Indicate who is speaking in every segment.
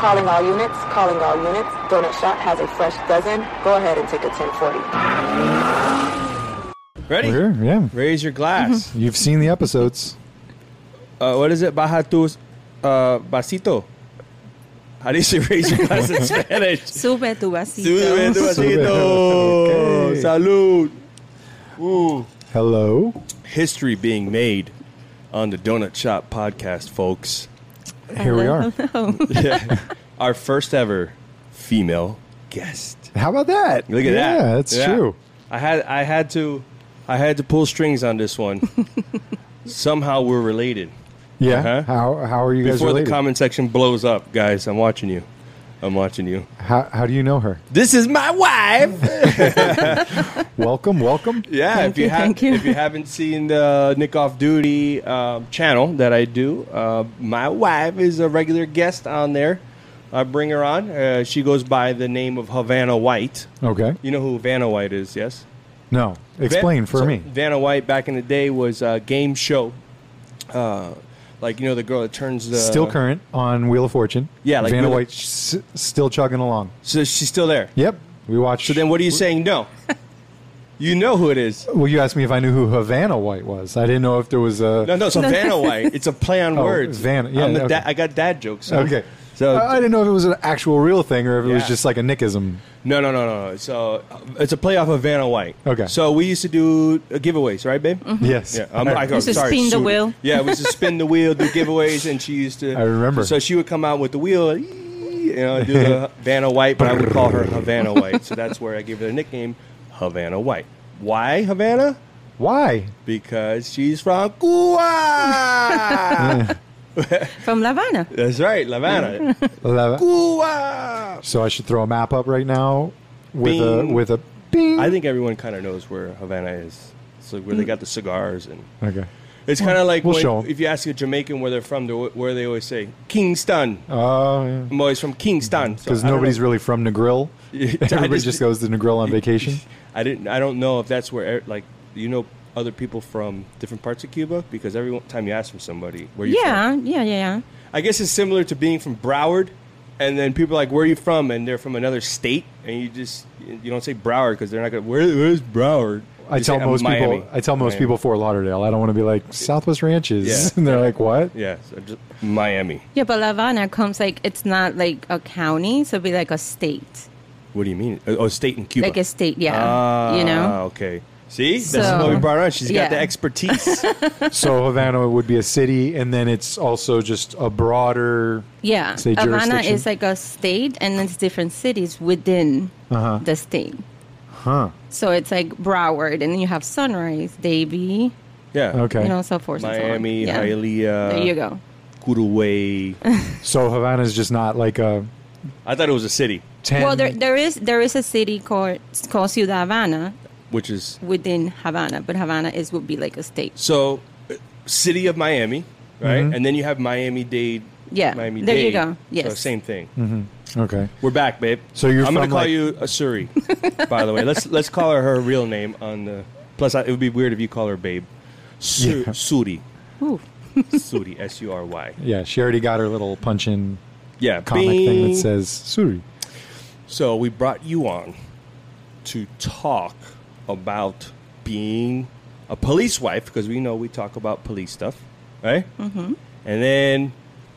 Speaker 1: Calling all units, calling all units. Donut Shop has a fresh dozen. Go ahead and take a 1040.
Speaker 2: Ready?
Speaker 3: We're here, yeah.
Speaker 2: Raise your glass.
Speaker 3: You've seen the episodes. Mm-hmm.
Speaker 2: uh, what is it? Baja tus uh, vasito. How do you say raise your glass in Spanish?
Speaker 4: Sube tu vasito.
Speaker 2: Sube tu vasito.
Speaker 3: Okay.
Speaker 2: Salud. Ooh.
Speaker 3: Hello.
Speaker 2: History being made on the Donut Shop podcast, folks.
Speaker 3: Here we are.
Speaker 2: Yeah. Our first ever female guest.
Speaker 3: How about that?
Speaker 2: Look at that.
Speaker 3: Yeah, that's
Speaker 2: Yeah.
Speaker 3: true.
Speaker 2: I had I had to I had to pull strings on this one. Somehow we're related.
Speaker 3: Yeah.
Speaker 2: Uh-huh.
Speaker 3: How how are you guys
Speaker 2: Before
Speaker 3: related?
Speaker 2: the comment section blows up, guys, I'm watching you. I'm watching you.
Speaker 3: how how do you know her?
Speaker 2: This is my wife.
Speaker 3: Welcome, welcome.
Speaker 2: yeah,
Speaker 4: Thank
Speaker 2: if you,
Speaker 4: you,
Speaker 2: have
Speaker 4: thank you.
Speaker 2: if you haven't seen the Nick Off Duty um, channel that I do, uh, my wife is a regular guest on there. I bring her on. Uh, she goes by the name of Havana White.
Speaker 3: Okay.
Speaker 2: You know who Havana White is, yes?
Speaker 3: No. Explain
Speaker 2: Van-
Speaker 3: for
Speaker 2: so
Speaker 3: me.
Speaker 2: Vanna White back in the day was a game show. Uh, like you know the girl that turns the
Speaker 3: still current on Wheel of Fortune.
Speaker 2: uh, Yeah, like
Speaker 3: Vanna
Speaker 2: Wheel of-
Speaker 3: White s- still chugging along.
Speaker 2: So she's still there.
Speaker 3: Yep. We watched.
Speaker 2: So then what are you saying? No. you know who it is.
Speaker 3: Well, you asked me if I knew who Havana White was. I didn't know if there was a.
Speaker 2: No, no, so Vanna White. It's a play on
Speaker 3: Oh,
Speaker 2: words.
Speaker 3: Vanna- yeah,
Speaker 2: I'm a
Speaker 3: okay.
Speaker 2: da- I got dad jokes. so-
Speaker 3: Okay.
Speaker 2: So
Speaker 3: I, I didn't know if it was an actual real thing or if it was
Speaker 2: Yeah.
Speaker 3: just like a Nickism.
Speaker 2: no, no, no, no. no. So uh, it's a playoff of Vanna White.
Speaker 3: Okay. Mm-hmm.
Speaker 2: So we used to do uh, giveaways, right, babe?
Speaker 3: Yes.
Speaker 2: Yeah, I'm, I,
Speaker 4: Used to
Speaker 2: sorry,
Speaker 4: spin the
Speaker 2: suit.
Speaker 4: wheel.
Speaker 2: Yeah, we used to spin the wheel, do giveaways, and she used to.
Speaker 3: I remember.
Speaker 2: So she would come out with the wheel, you know, do the Havana White, but I would call her Havana White. So that's where I gave her the nickname Havana White. Why Havana?
Speaker 3: Why?
Speaker 2: Because she's from Cuba.
Speaker 4: From La Habana.
Speaker 2: that's right, Havana.
Speaker 3: Love it.
Speaker 2: Cuba.
Speaker 3: So I should throw a map up right now with a
Speaker 2: Bing.
Speaker 3: with a bing.
Speaker 2: I think everyone kind of knows where Havana is. So where they got the cigars and.
Speaker 3: okay.
Speaker 2: It's kind of like
Speaker 3: We'll
Speaker 2: when-
Speaker 3: show 'em.
Speaker 2: if you ask a Jamaican where they're from, they're, where they always say Kingston.
Speaker 3: Oh, yeah.
Speaker 2: I'm always from Kingston. so
Speaker 3: Because
Speaker 2: I don't
Speaker 3: nobody's
Speaker 2: know.
Speaker 3: really from Negril.
Speaker 2: Yeah, I
Speaker 3: Everybody
Speaker 2: just-
Speaker 3: just, goes to Negril on vacation.
Speaker 2: I didn't. I don't know if that's where e- like you know other people from different parts of Cuba because every one- time you ask from somebody where you
Speaker 4: Yeah, yeah, yeah, yeah.
Speaker 2: from, I guess it's similar to being from Broward, and then people are like where are you from, and they're from another state, and you just you don't say Broward because they're not gonna where where's Broward.
Speaker 3: I
Speaker 2: You
Speaker 3: tell
Speaker 2: say, "I'm
Speaker 3: most
Speaker 2: Miami."
Speaker 3: people. I tell most
Speaker 2: Miami.
Speaker 3: people Fort Lauderdale. I don't want to be like Southwest Ranches,
Speaker 2: Yeah.
Speaker 3: and they're like, "What?"
Speaker 2: Yeah, so just Miami.
Speaker 4: Yeah, but La Habana comes like it's not like a county, so it'd be like a state,
Speaker 2: What do you mean? Oh, state in Cuba.
Speaker 4: like a state. Yeah,
Speaker 2: Ah,
Speaker 4: you know.
Speaker 2: Okay. See, that's
Speaker 4: So-
Speaker 2: what we brought on. She's got
Speaker 4: Yeah.
Speaker 2: the expertise.
Speaker 3: So Havana would be a city, and then it's also just a broader.
Speaker 4: Yeah,
Speaker 3: Say
Speaker 4: Havana
Speaker 3: jurisdiction?
Speaker 4: is like a state, and it's different cities within
Speaker 2: Uh-huh.
Speaker 4: the state.
Speaker 3: Huh.
Speaker 4: So it's like Broward, and then you have Sunrise, Davie,
Speaker 2: yeah.
Speaker 3: Okay.
Speaker 4: you know, so forth.
Speaker 2: Miami,
Speaker 4: and so on. Yeah.
Speaker 2: Hialeah.
Speaker 4: There you go.
Speaker 2: Kuruway.
Speaker 3: So Havana is just not like a
Speaker 2: I thought it was a city,
Speaker 3: ten.
Speaker 4: well, there, there is there is a city called called Ciudad Havana
Speaker 2: which is
Speaker 4: within Havana, but Havana is would be like a state.
Speaker 2: so uh, city of Miami, right?
Speaker 3: Mm-hmm.
Speaker 2: And then you have Miami Dade.
Speaker 4: Yeah,
Speaker 2: Miami
Speaker 4: there you
Speaker 2: Dade.
Speaker 4: go.
Speaker 2: So
Speaker 4: Yes.
Speaker 2: same thing.
Speaker 3: okay.
Speaker 2: We're back, babe.
Speaker 3: Hmm. So you're
Speaker 2: I'm
Speaker 3: from,
Speaker 2: gonna call
Speaker 3: like-
Speaker 2: you Asuri, by the way. Let's let's call her her real name on the. Plus, I, it would be weird if you call her babe. Su-
Speaker 3: Yeah.
Speaker 2: Suri.
Speaker 4: Ooh.
Speaker 2: Suri. S U R Y.
Speaker 3: Yeah, she already got her little punch in
Speaker 2: Yeah.
Speaker 3: comic thing
Speaker 2: bing.
Speaker 3: that says Suri.
Speaker 2: So we brought you on to talk about being a police wife because we know we talk about police stuff, right? Mm-hmm. And then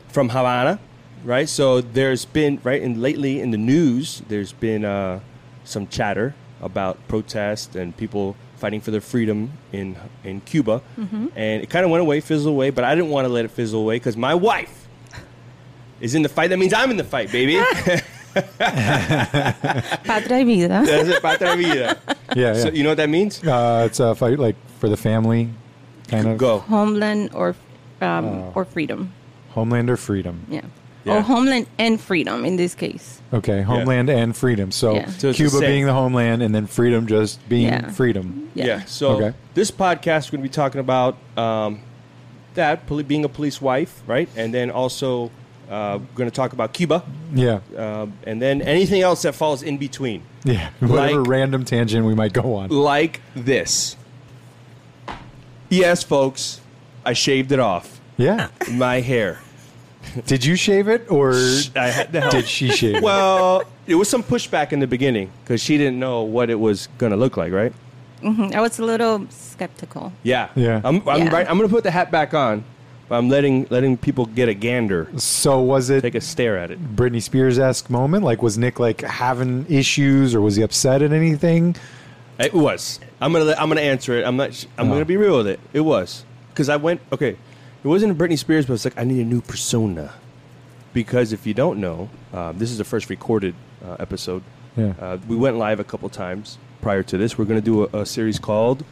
Speaker 2: from Havana, right? So there's been right and lately in the news, there's been uh, some chatter about protests and people fighting for their freedom in in Cuba, and it kind of went away, fizzled away. But I didn't want to let it fizzle away because my wife is in the fight. That means I'm in the fight, baby.
Speaker 4: Patria y vida.
Speaker 2: That's it, patria vida.
Speaker 3: Yeah, yeah.
Speaker 2: So you know what that means?
Speaker 3: uh, it's a fight like for the family, kind of
Speaker 2: Go.
Speaker 4: homeland or um, or freedom.
Speaker 3: homeland or freedom.
Speaker 4: Yeah.
Speaker 2: Oh. Yeah.
Speaker 4: Or homeland and freedom in this case.
Speaker 3: Okay, homeland and freedom. So,
Speaker 4: Yeah.
Speaker 2: So it's the
Speaker 3: Cuba
Speaker 2: same.
Speaker 3: being the homeland, and then freedom just being
Speaker 4: Yeah.
Speaker 3: freedom.
Speaker 2: Yeah.
Speaker 4: Yeah.
Speaker 2: So
Speaker 3: Okay.
Speaker 2: this podcast we're going to be talking about um, that poli- being a police wife, right? And then also uh, going to talk about Cuba,
Speaker 3: Yeah,
Speaker 2: uh, and then anything else that falls in between,
Speaker 3: yeah. Whatever
Speaker 2: Like-
Speaker 3: random tangent we might go on.
Speaker 2: like this. Yes, folks, I shaved it off
Speaker 3: Yeah,
Speaker 2: my hair.
Speaker 3: Did you shave it or
Speaker 2: I had to help.
Speaker 3: did she shave it?
Speaker 2: Well, there was some pushback in the beginning because she didn't know what it was going to look like, right?
Speaker 4: I was a little skeptical.
Speaker 2: Yeah.
Speaker 3: Yeah.
Speaker 2: I'm, I'm
Speaker 4: Yeah.
Speaker 2: right. I'm going to put the hat back on, but I'm letting letting people get a gander,
Speaker 3: So was it
Speaker 2: take a stare at it.
Speaker 3: Britney Spears esque moment? Like, was Nick like having issues or was he upset at anything?
Speaker 2: It was. I'm gonna. let- I'm gonna answer it. I'm not. sh- I'm gonna be real with it. It was because I went. Okay, it wasn't Britney Spears, but it's like I need a new persona. Because if you don't know, um, this is the first recorded uh, episode.
Speaker 3: Yeah.
Speaker 2: Uh, we went live a couple times prior to this. We're gonna do a, a series called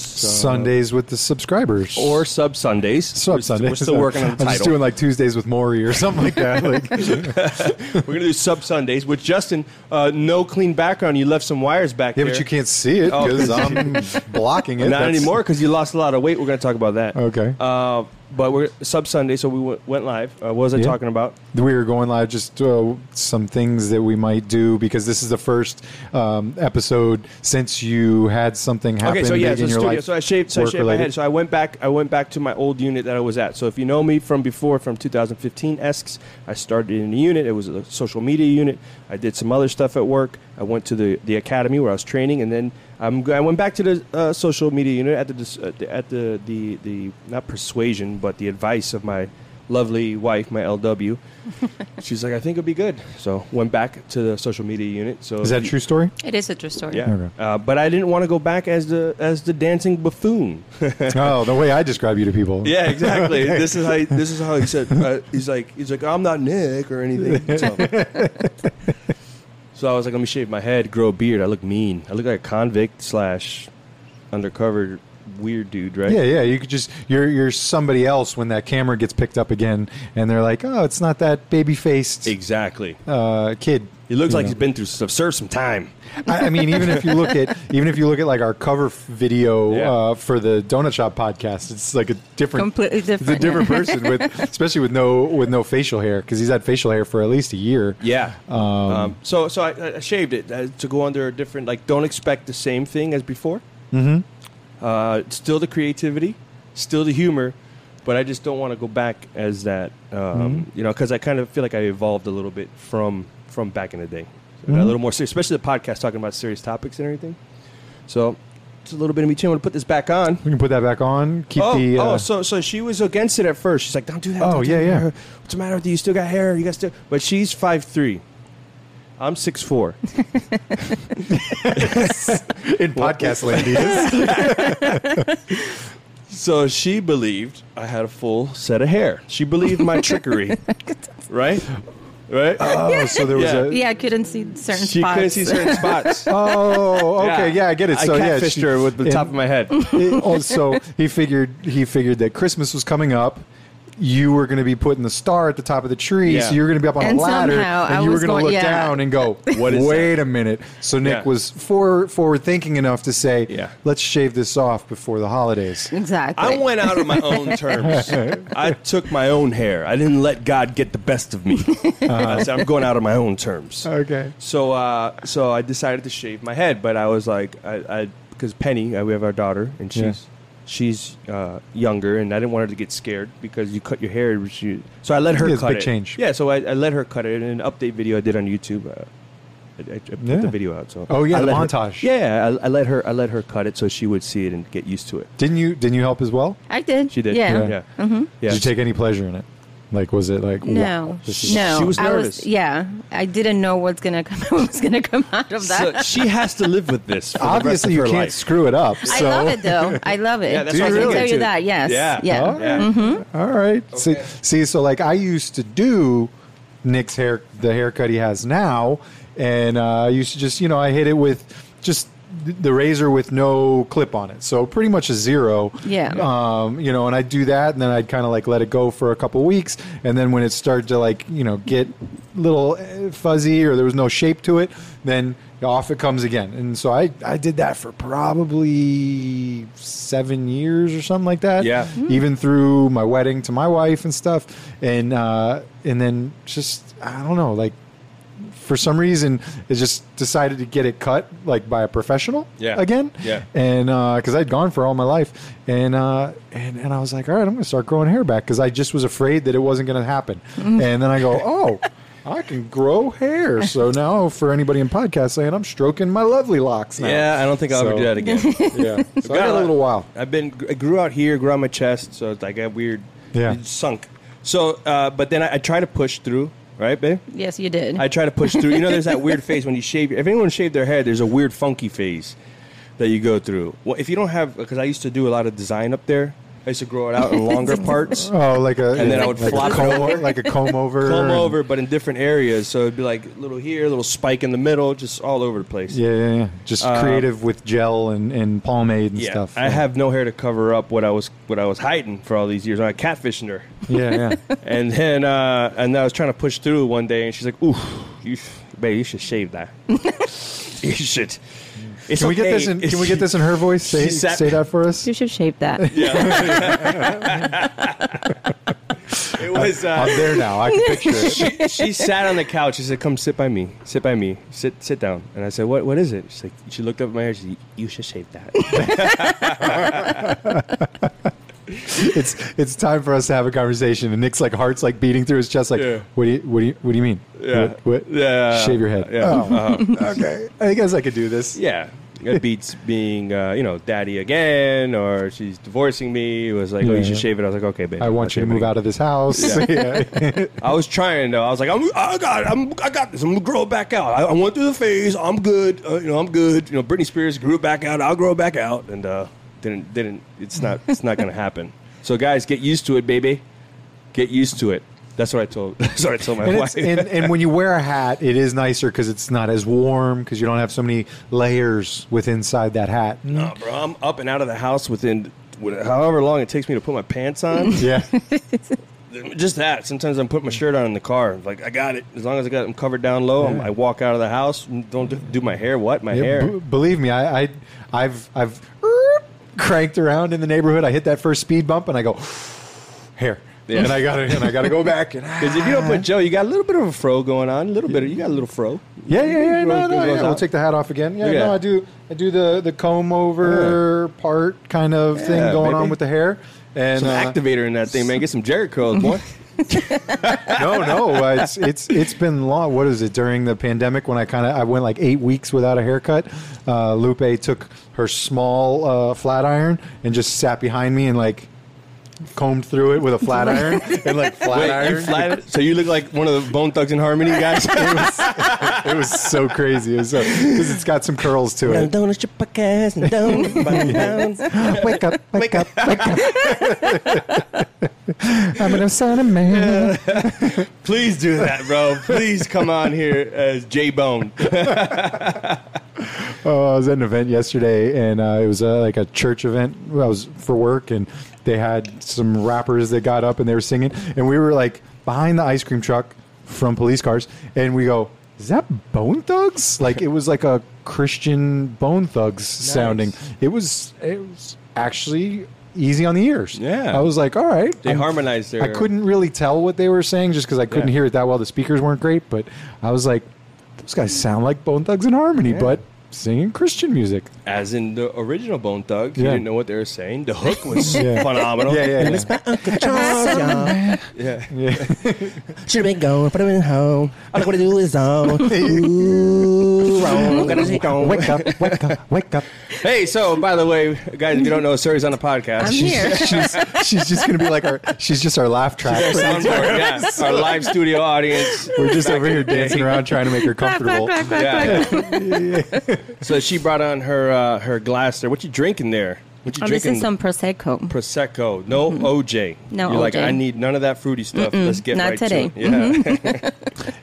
Speaker 3: Sundays with the subscribers
Speaker 2: or Sub Sundays.
Speaker 3: sub Sundays.
Speaker 2: We're still working on the
Speaker 3: I'm just doing
Speaker 2: title.
Speaker 3: like Tuesdays with Maury or something like that. Like,
Speaker 2: We're gonna do Sub Sundays with Justin. Uh, no clean background. You left some wires back
Speaker 3: yeah,
Speaker 2: there.
Speaker 3: but you can't see it
Speaker 2: Oh,
Speaker 3: because I'm blocking it.
Speaker 2: Not
Speaker 3: That's-
Speaker 2: anymore because you lost a lot of weight. We're going to talk about that.
Speaker 3: Okay.
Speaker 2: Uh, but we're sub Sunday, so we w- went live. Uh, what was I
Speaker 3: Yeah.
Speaker 2: talking about?
Speaker 3: we were going live just uh, some things that we might do because this is the first um, episode since you had something happen
Speaker 2: okay, so yeah,
Speaker 3: big
Speaker 2: so
Speaker 3: in your
Speaker 2: studio.
Speaker 3: life
Speaker 2: so I shaved, so I shaved my
Speaker 3: work-related.
Speaker 2: head. So I went back. I went back to my old unit that I was at. So if you know me from before, from 2015 esques, I started in a unit. It was a social media unit. I did some other stuff at work. I went to the, the academy where I was training, and then I'm, g- I went back to the uh, social media unit at the dis- at the at the, the the not persuasion, but the advice of my lovely wife, my LW. She's like, I think it'd be good. So went back to the social media unit. So
Speaker 3: is that a
Speaker 2: you-
Speaker 3: true story
Speaker 4: It is a true story.
Speaker 2: yeah,
Speaker 3: Okay.
Speaker 2: uh, but I didn't want to go back as the as the dancing buffoon.
Speaker 3: oh the way i describe you to people
Speaker 2: yeah, exactly. This is how he, this is how he said uh, he's like he's like I'm not Nick or anything. So, So I was like, let me shave my head, grow a beard. I look mean. I look like a convict slash undercover weird dude, right?
Speaker 3: yeah yeah you could just you're you're somebody else when that camera gets picked up again and they're like oh it's not that baby faced
Speaker 2: exactly.
Speaker 3: uh, kid
Speaker 2: He looks
Speaker 3: you
Speaker 2: like
Speaker 3: know.
Speaker 2: he's been through stuff. Serve some time.
Speaker 3: I, I mean, even if you look at even if you look at like our cover f- video
Speaker 2: Yeah.
Speaker 3: uh, for the Donut Shop podcast, it's like a different,
Speaker 4: Completely
Speaker 3: It's a
Speaker 4: different.
Speaker 3: different person with, especially with no with no facial hair because he's had facial hair for at least a year.
Speaker 2: Yeah. Um, so so I, I shaved it uh, to go under a different like. Don't expect the same thing as before. Mm-hmm. Uh, still the creativity, still the humor, but I just don't want to go back as that. Um,
Speaker 3: Mm-hmm.
Speaker 2: You know, because I kind of feel like I evolved a little bit from from back in the day. So
Speaker 3: Mm-hmm.
Speaker 2: A little more serious, especially the podcast talking about serious topics and everything. So it's a little bit of me too. I'm gonna put this back on.
Speaker 3: We can put that back on. Keep
Speaker 2: Oh,
Speaker 3: the.
Speaker 2: oh,
Speaker 3: Uh,
Speaker 2: so so she was against it at first. She's like, "Don't do that."
Speaker 3: Oh,
Speaker 2: don't do
Speaker 3: yeah,
Speaker 2: that.
Speaker 3: yeah.
Speaker 2: What's the matter with you? You still got hair. You got still. But she's five three. I'm six four.
Speaker 3: in podcast land, he is.
Speaker 2: So she believed I had a full set of hair. She believed my trickery, right? Right.
Speaker 3: Oh, so there was
Speaker 2: Yeah.
Speaker 3: a.
Speaker 4: Yeah, I couldn't see certain
Speaker 2: she
Speaker 4: spots.
Speaker 2: couldn't see certain spots.
Speaker 3: Oh, okay, yeah, I get it. So
Speaker 2: I
Speaker 3: yeah,
Speaker 2: catfished
Speaker 3: she-
Speaker 2: her with the
Speaker 3: and-
Speaker 2: top of my head.
Speaker 3: it- oh, so he figured he figured that Christmas was coming up. You were going to be putting the star at the top of the tree,
Speaker 2: Yeah.
Speaker 3: so you were going to be up on
Speaker 4: And
Speaker 3: a ladder,
Speaker 4: somehow
Speaker 3: and
Speaker 4: I
Speaker 3: you were
Speaker 4: was
Speaker 3: gonna
Speaker 4: going-
Speaker 3: look
Speaker 4: yeah.
Speaker 3: down and go,
Speaker 2: What is
Speaker 3: "Wait a minute." So Nick
Speaker 2: Yeah.
Speaker 3: was for, forward thinking enough to say,
Speaker 2: Yeah.
Speaker 3: "Let's shave this off before the holidays."
Speaker 4: Exactly.
Speaker 2: I went out on my own terms. I took my own hair. I didn't let God get the best of me.
Speaker 3: Uh-huh.
Speaker 2: I said, I'm going out on my own terms.
Speaker 3: Okay.
Speaker 2: So, uh, so I decided to shave my head, but I was like, I, I because Penny, uh, we have our daughter, and she's
Speaker 3: Yeah.
Speaker 2: she's uh, younger, and I didn't want her to get scared because you cut your hair, which you- so I let her
Speaker 3: Yeah, it's a
Speaker 2: cut
Speaker 3: big
Speaker 2: it.
Speaker 3: change.
Speaker 2: Yeah, so I, I let her cut it in an update video I did on YouTube. Uh, I, I, I put
Speaker 3: Yeah.
Speaker 2: the video out. So
Speaker 3: Oh, yeah,
Speaker 2: I
Speaker 3: the
Speaker 2: let her-
Speaker 3: montage.
Speaker 2: yeah, I, I let her. I let her cut it so she would see it and get used to it.
Speaker 3: Didn't you? Didn't you help as well?
Speaker 4: I did.
Speaker 2: She did.
Speaker 4: Yeah. Mm-hmm.
Speaker 2: Yeah.
Speaker 3: Did you take any pleasure in it? Like, was it like wow,
Speaker 4: No,
Speaker 3: this is-
Speaker 4: no.
Speaker 2: She was
Speaker 4: I
Speaker 2: nervous.
Speaker 4: was, yeah, I didn't know what's gonna come. What was gonna come out of that?
Speaker 2: So she has to live with this. For
Speaker 3: Obviously, you
Speaker 2: the rest of her
Speaker 3: can't
Speaker 2: life.
Speaker 3: screw it up.
Speaker 4: I
Speaker 3: so-
Speaker 4: love it though. I love it.
Speaker 2: Yeah, that's
Speaker 3: Do
Speaker 2: what I was
Speaker 3: you
Speaker 4: I can
Speaker 3: really?
Speaker 4: tell
Speaker 2: thinking, too.
Speaker 4: you that. Yes.
Speaker 2: Yeah.
Speaker 4: Yeah. Mm-hmm.
Speaker 3: All right. All right. See, see, so like I used to do Nick's hair, the haircut he has now, and uh, I used to just, you know, I hit it with just th- the razor with no clip on it, so pretty much a zero.
Speaker 4: Yeah.
Speaker 3: Um, you know, and I'd do that, and then I'd kind of like let it go for a couple weeks, and then when it started to like, you know, get little eh, fuzzy or there was no shape to it, then off it comes again. And so I, I did that for probably seven years or something like that
Speaker 2: Yeah.
Speaker 3: even through my wedding to my wife and stuff and uh and then just i don't know like for some reason it just decided to get it cut like by a professional
Speaker 2: Yeah.
Speaker 3: again
Speaker 2: Yeah.
Speaker 3: and because I'd gone for all my life, and uh, and and I was like, all right, I'm gonna start growing hair back because I just was afraid that it wasn't gonna happen, and then I go, oh. I can grow hair, so now for anybody in podcast land, I'm stroking my lovely locks now.
Speaker 2: Yeah, I don't think I'll ever
Speaker 3: So-
Speaker 2: do that again.
Speaker 3: Yeah, so I got a little while.
Speaker 2: I've been I grew out here, grew on my chest, so it's like I got weird.
Speaker 3: Yeah.
Speaker 2: it sunk. So, uh, but then I, I try to push through. Right, babe.
Speaker 4: Yes, you did.
Speaker 2: I try to push through. You know, there's that weird phase when you shave. If anyone shaved their head, there's a weird funky phase that you go through. Well, if you don't have, because I used to do a lot of design up there. I used to grow it out in longer parts,
Speaker 3: Oh, like a
Speaker 2: And then I would
Speaker 3: like
Speaker 2: flop
Speaker 3: a
Speaker 2: it
Speaker 3: comb, like a comb over,
Speaker 2: comb
Speaker 3: and-
Speaker 2: over, but in different areas. So it'd be like a little here, a little spike in the middle, just all over the place.
Speaker 3: Yeah, yeah, yeah. Just creative with gel and, and pomade and
Speaker 2: Um, Yeah,
Speaker 3: stuff.
Speaker 2: I have no hair to cover up what I was what I was hiding for all these years. I catfishing her,
Speaker 3: Yeah, yeah.
Speaker 2: and then uh, and I was trying to push through one day, and she's like, "Ooh, you, babe, you should shave that. you should." It's
Speaker 3: Can we get this? In, can we get this in her voice? Say,
Speaker 2: She sat-
Speaker 3: say that for us.
Speaker 4: you should shape that.
Speaker 2: It was.
Speaker 3: I'm
Speaker 2: Uh,
Speaker 3: there now. I can picture it.
Speaker 2: she, she sat on the couch. She said, "Come sit by me. Sit by me. Sit sit down." And I said, "What what is it?" She's like, she looked up at my hair. She said, "You should shave that."
Speaker 3: it's it's time for us to have a conversation. And Nick's like heart's like beating through his chest. Like,
Speaker 2: Yeah.
Speaker 3: what do you what do you what do you mean?
Speaker 2: Yeah.
Speaker 3: What- what-
Speaker 2: Yeah.
Speaker 3: Shave your head.
Speaker 2: Yeah. Uh-huh.
Speaker 3: Oh, okay. I guess I could do this.
Speaker 2: Yeah. It beats being, uh, you know, daddy again, or she's divorcing me. It was like, oh,
Speaker 3: Yeah.
Speaker 2: you should shave it. I was like, okay, baby.
Speaker 3: I want you to move out of this house. Yeah.
Speaker 2: I was trying though. I was like, I'm, I got, I'm, I got this. I'm gonna grow it back out. I, I went through the phase. I'm good. Uh, you know, I'm good. You know, Britney Spears grew it back out. I'll grow it back out, and uh, didn't, didn't. It's not, it's not gonna happen. So guys, get used to it, baby. Get used to it. That's what I told. That's what I told my
Speaker 3: And,
Speaker 2: wife.
Speaker 3: it's, and, and when you wear a hat, it is nicer because it's not as warm because you don't have so many layers with inside that hat.
Speaker 2: Nah, bro, I'm up and out of the house within wh- however long it takes me to put my pants on.
Speaker 3: Yeah.
Speaker 2: Just that. Sometimes I'm putting my shirt on in the car. Like I got it. As long as I got them covered down low, I'm- I walk out of the house. Don't do- do my hair. What my
Speaker 3: Yeah,
Speaker 2: hair?
Speaker 3: b- believe me, I, I, I've, I've erp, cranked around in the neighborhood. I hit that first speed bump, and I go hair,
Speaker 2: Yeah.
Speaker 3: and I got to, and I got to go back. And
Speaker 2: Because if you don't put Joe, you got a little bit of a fro going on. A little bit. Of, you got a little fro.
Speaker 3: yeah, yeah, yeah, no,
Speaker 2: Goes-
Speaker 3: no,
Speaker 2: goes
Speaker 3: yeah. We'll
Speaker 2: out.
Speaker 3: take the hat off again. Yeah,
Speaker 2: Look at
Speaker 3: no,
Speaker 2: that.
Speaker 3: I do, I do the the comb over part kind of thing
Speaker 2: Yeah,
Speaker 3: going on
Speaker 2: baby.
Speaker 3: with the hair. And
Speaker 2: Some
Speaker 3: uh,
Speaker 2: activator in that thing, man. Get some Jericho, boy.
Speaker 3: no, no, uh, it's it's it's been long. What is it during the pandemic when I kind of I went like eight weeks without a haircut? Uh, Lupe took her small uh, flat iron and just sat behind me and like combed through it with a flat iron and like flat
Speaker 2: Wait,
Speaker 3: iron.
Speaker 2: you flat it? So you look like one of the Bone Thugs and Harmony guys.
Speaker 3: It was so crazy. It was because it's got some curls to it. wake up, wake up, wake up. I'm an Osana man.
Speaker 2: Please do that, bro. Please come on here as J Bone.
Speaker 3: Oh, I was at an event yesterday, and uh, it was uh, like a church event. I was for work, and they had some rappers that got up and they were singing, and we were like behind the ice cream truck from police cars, and we go, "Is that Bone Thugs?" Like it was like a Christian Bone Thugs sounding. It was it was actually easy on the ears.
Speaker 2: Yeah.
Speaker 3: I was like, "All right."
Speaker 2: They
Speaker 3: I'm-
Speaker 2: harmonized their.
Speaker 3: I couldn't really tell what they were saying just because I couldn't
Speaker 2: Yeah.
Speaker 3: hear it that well. The speakers weren't great, but I was like, those guys sound like Bone Thugs and Harmony, but singing Christian music.
Speaker 2: as in the original Bone Thugs.
Speaker 3: Yeah.
Speaker 2: You didn't know what they were saying. The hook was
Speaker 3: Yeah.
Speaker 2: phenomenal.
Speaker 3: Yeah, yeah, yeah.
Speaker 2: yeah.
Speaker 5: Should have been going, put him in home. All I want to do is um, ooh, wrong. Gotta take on.
Speaker 3: Wake up, wake up, wake up.
Speaker 2: Hey, so by the way, guys, if you don't know, Suri's on the podcast.
Speaker 4: I'm here.
Speaker 3: She's, she's just going to be like our, she's just our laugh track.
Speaker 2: Soundboard, yeah. Our live studio audience.
Speaker 3: We're just over here dancing around trying to make her
Speaker 4: Quack, quack,
Speaker 3: comfortable.
Speaker 4: quack, quack, quack.
Speaker 2: Yeah. so she brought on her uh, her glass there. What you drinking there? What you
Speaker 4: I'm
Speaker 2: drinking?
Speaker 4: missing some prosecco.
Speaker 2: prosecco. No OJ.
Speaker 4: No
Speaker 2: You're like
Speaker 4: OJ.
Speaker 2: I need none of that fruity stuff. Let's get
Speaker 4: not
Speaker 2: right
Speaker 4: today. Mm-hmm.
Speaker 2: to it. Yeah.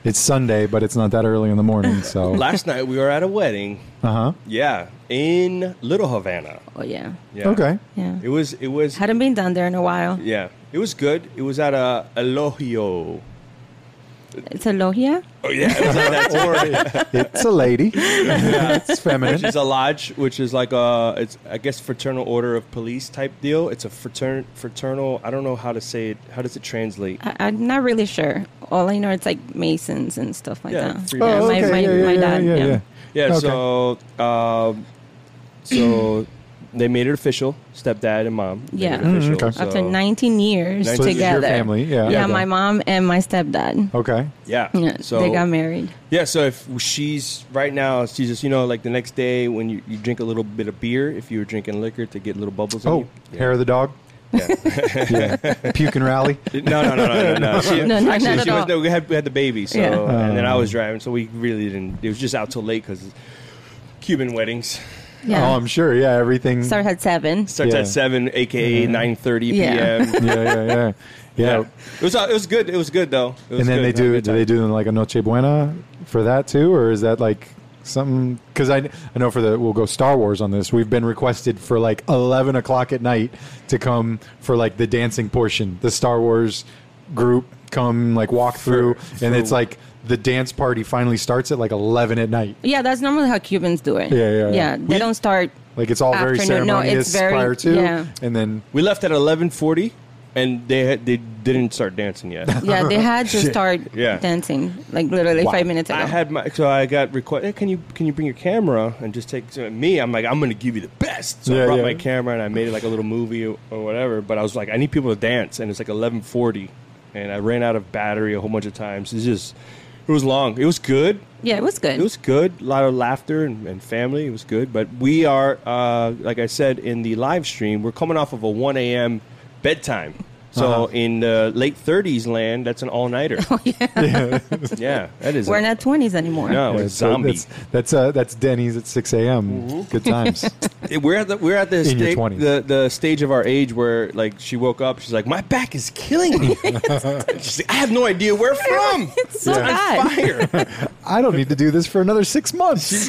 Speaker 3: It's Sunday, but it's not that early in the morning, so.
Speaker 2: Last night we were at a wedding.
Speaker 3: Uh huh.
Speaker 2: Yeah, in Little Havana.
Speaker 4: oh yeah,
Speaker 2: Yeah.
Speaker 3: Okay.
Speaker 4: yeah.
Speaker 2: It was. It was.
Speaker 4: Hadn't been down there in a while.
Speaker 2: yeah. It was good. It was at a Elogio.
Speaker 4: It's a logia.
Speaker 2: Oh yeah,
Speaker 3: or it's a lady. it's feminine.
Speaker 2: which is a lodge, which is like a it's I guess fraternal order of police type deal. It's a fratern fraternal. I don't know how to say it. How does it translate?
Speaker 4: I, I'm not really sure. All I know it's like masons and stuff like
Speaker 2: Yeah,
Speaker 4: that.
Speaker 2: free
Speaker 3: Oh,
Speaker 4: Yeah,
Speaker 2: masons.
Speaker 4: my, my, my dad. Yeah.
Speaker 2: Yeah.
Speaker 3: Okay.
Speaker 2: So, um, so they made it official. Stepdad and mom. made
Speaker 4: Yeah.
Speaker 2: it
Speaker 4: Mm,
Speaker 2: official,
Speaker 3: okay.
Speaker 2: so-
Speaker 4: After 19
Speaker 2: 19
Speaker 4: years
Speaker 3: So this is
Speaker 4: together.
Speaker 3: your family, yeah.
Speaker 4: Yeah,
Speaker 2: Yeah.
Speaker 4: my mom and my stepdad.
Speaker 3: Okay.
Speaker 2: Yeah.
Speaker 4: Yeah,
Speaker 2: So
Speaker 4: they got married.
Speaker 2: Yeah, so if she's right now, she's just you know like the next day when you, you drink a little bit of beer, if you were drinking liquor to get little bubbles. in
Speaker 3: Oh,
Speaker 2: you.
Speaker 3: hair of the dog. Yeah. Puke and rally.
Speaker 2: No, no, no, no, no, no. She,
Speaker 4: No, no,
Speaker 2: actually,
Speaker 4: not at
Speaker 2: she was,
Speaker 4: all.
Speaker 2: no, we had we had the baby, so
Speaker 4: Yeah.
Speaker 2: and then I
Speaker 3: Um.
Speaker 2: was driving, so we really didn't. It was just out till late because Cuban weddings
Speaker 4: Yeah.
Speaker 3: Oh, I'm sure. Yeah, everything.
Speaker 4: Started at seven.
Speaker 2: starts
Speaker 3: Yeah.
Speaker 2: at seven, aka nine thirty
Speaker 4: Mm-hmm. Yeah.
Speaker 2: p.m.
Speaker 3: Yeah, yeah, yeah. Yeah.
Speaker 2: Yeah. It was uh, it was good. It was good though. It was
Speaker 3: And then
Speaker 2: good.
Speaker 3: they
Speaker 2: Had a
Speaker 3: do
Speaker 2: good
Speaker 3: do they
Speaker 2: time.
Speaker 3: do like a Noche Buena for that too or is that like something cuz I I know for the we'll go Star Wars on this. We've been requested for like 11 o'clock at night to come for like the dancing portion. The Star Wars group come like walk through and it's
Speaker 2: for-
Speaker 3: like the dance party finally starts at like 11 at night.
Speaker 4: Yeah, that's normally how Cubans do it.
Speaker 3: Yeah, yeah, yeah.
Speaker 4: Yeah, they
Speaker 2: We-
Speaker 4: don't start.
Speaker 3: Like it's all very
Speaker 4: Afternoon. No,
Speaker 3: ceremonious
Speaker 4: it's very-
Speaker 3: prior to
Speaker 4: yeah.
Speaker 3: and then
Speaker 2: We left at eleven forty, and they had, they didn't start dancing yet.
Speaker 4: Yeah, they had to start
Speaker 2: Yeah.
Speaker 4: dancing like literally
Speaker 3: Wow.
Speaker 4: five minutes ago.
Speaker 2: I had my so I got request. Hey, can you can you bring your camera and just take so me? I'm like I'm gonna give you the best. So
Speaker 3: Yeah,
Speaker 2: I brought
Speaker 3: yeah.
Speaker 2: my camera and I made it like a little movie or, or whatever. But I was like I need people to dance and it's like 11:40 and I ran out of battery a whole bunch of times. It's just it was long. It was good.
Speaker 4: yeah, it was good.
Speaker 2: It was good. A lot of laughter and, and family. It was good. But we are uh, like I said in the live stream. We're coming off of a 1 a.m. bedtime. So
Speaker 3: Uh-huh.
Speaker 2: in the late 30s land, that's an all nighter. Oh, yeah. that is.
Speaker 4: We're
Speaker 2: a-
Speaker 4: not twenties anymore.
Speaker 2: No,
Speaker 3: Yeah,
Speaker 2: Oh, it's
Speaker 3: so
Speaker 2: zombie.
Speaker 3: That's that's, uh, that's Denny's at 6 a.m. Good times.
Speaker 2: It- We're at the we're at the,
Speaker 3: In your
Speaker 2: sta-
Speaker 3: 20s.
Speaker 2: the the stage of our age where like she woke up, she's like, my back is killing me. she's like, I have no idea where from.
Speaker 4: It's so
Speaker 2: It's on
Speaker 4: bad.
Speaker 2: fire.
Speaker 3: I don't need to do this for another six months.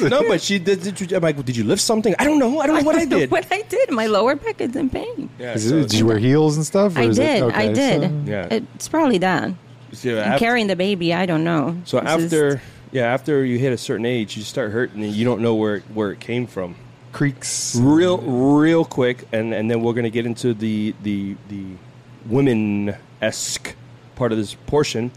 Speaker 2: no, but she did. did you, I'm like, did you lift something? I don't know. I don't know what I did.
Speaker 4: what I did, my lower back is in pain.
Speaker 2: Yeah,
Speaker 3: Is
Speaker 2: so-
Speaker 3: it, did you wear heels and stuff? or
Speaker 4: I
Speaker 3: is it-
Speaker 4: did. I
Speaker 3: okay,
Speaker 4: did.
Speaker 3: so-
Speaker 2: Yeah.
Speaker 4: It's probably that.
Speaker 2: so
Speaker 4: And
Speaker 2: af-
Speaker 4: carrying the baby, I don't know.
Speaker 2: So
Speaker 4: It's
Speaker 2: after
Speaker 4: just-
Speaker 2: yeah, after you hit a certain age, you start hurting, and you don't know where it, where it came from.
Speaker 3: creeks.
Speaker 2: Real real quick, and and then we're gonna get into the the the women esque part of this portion.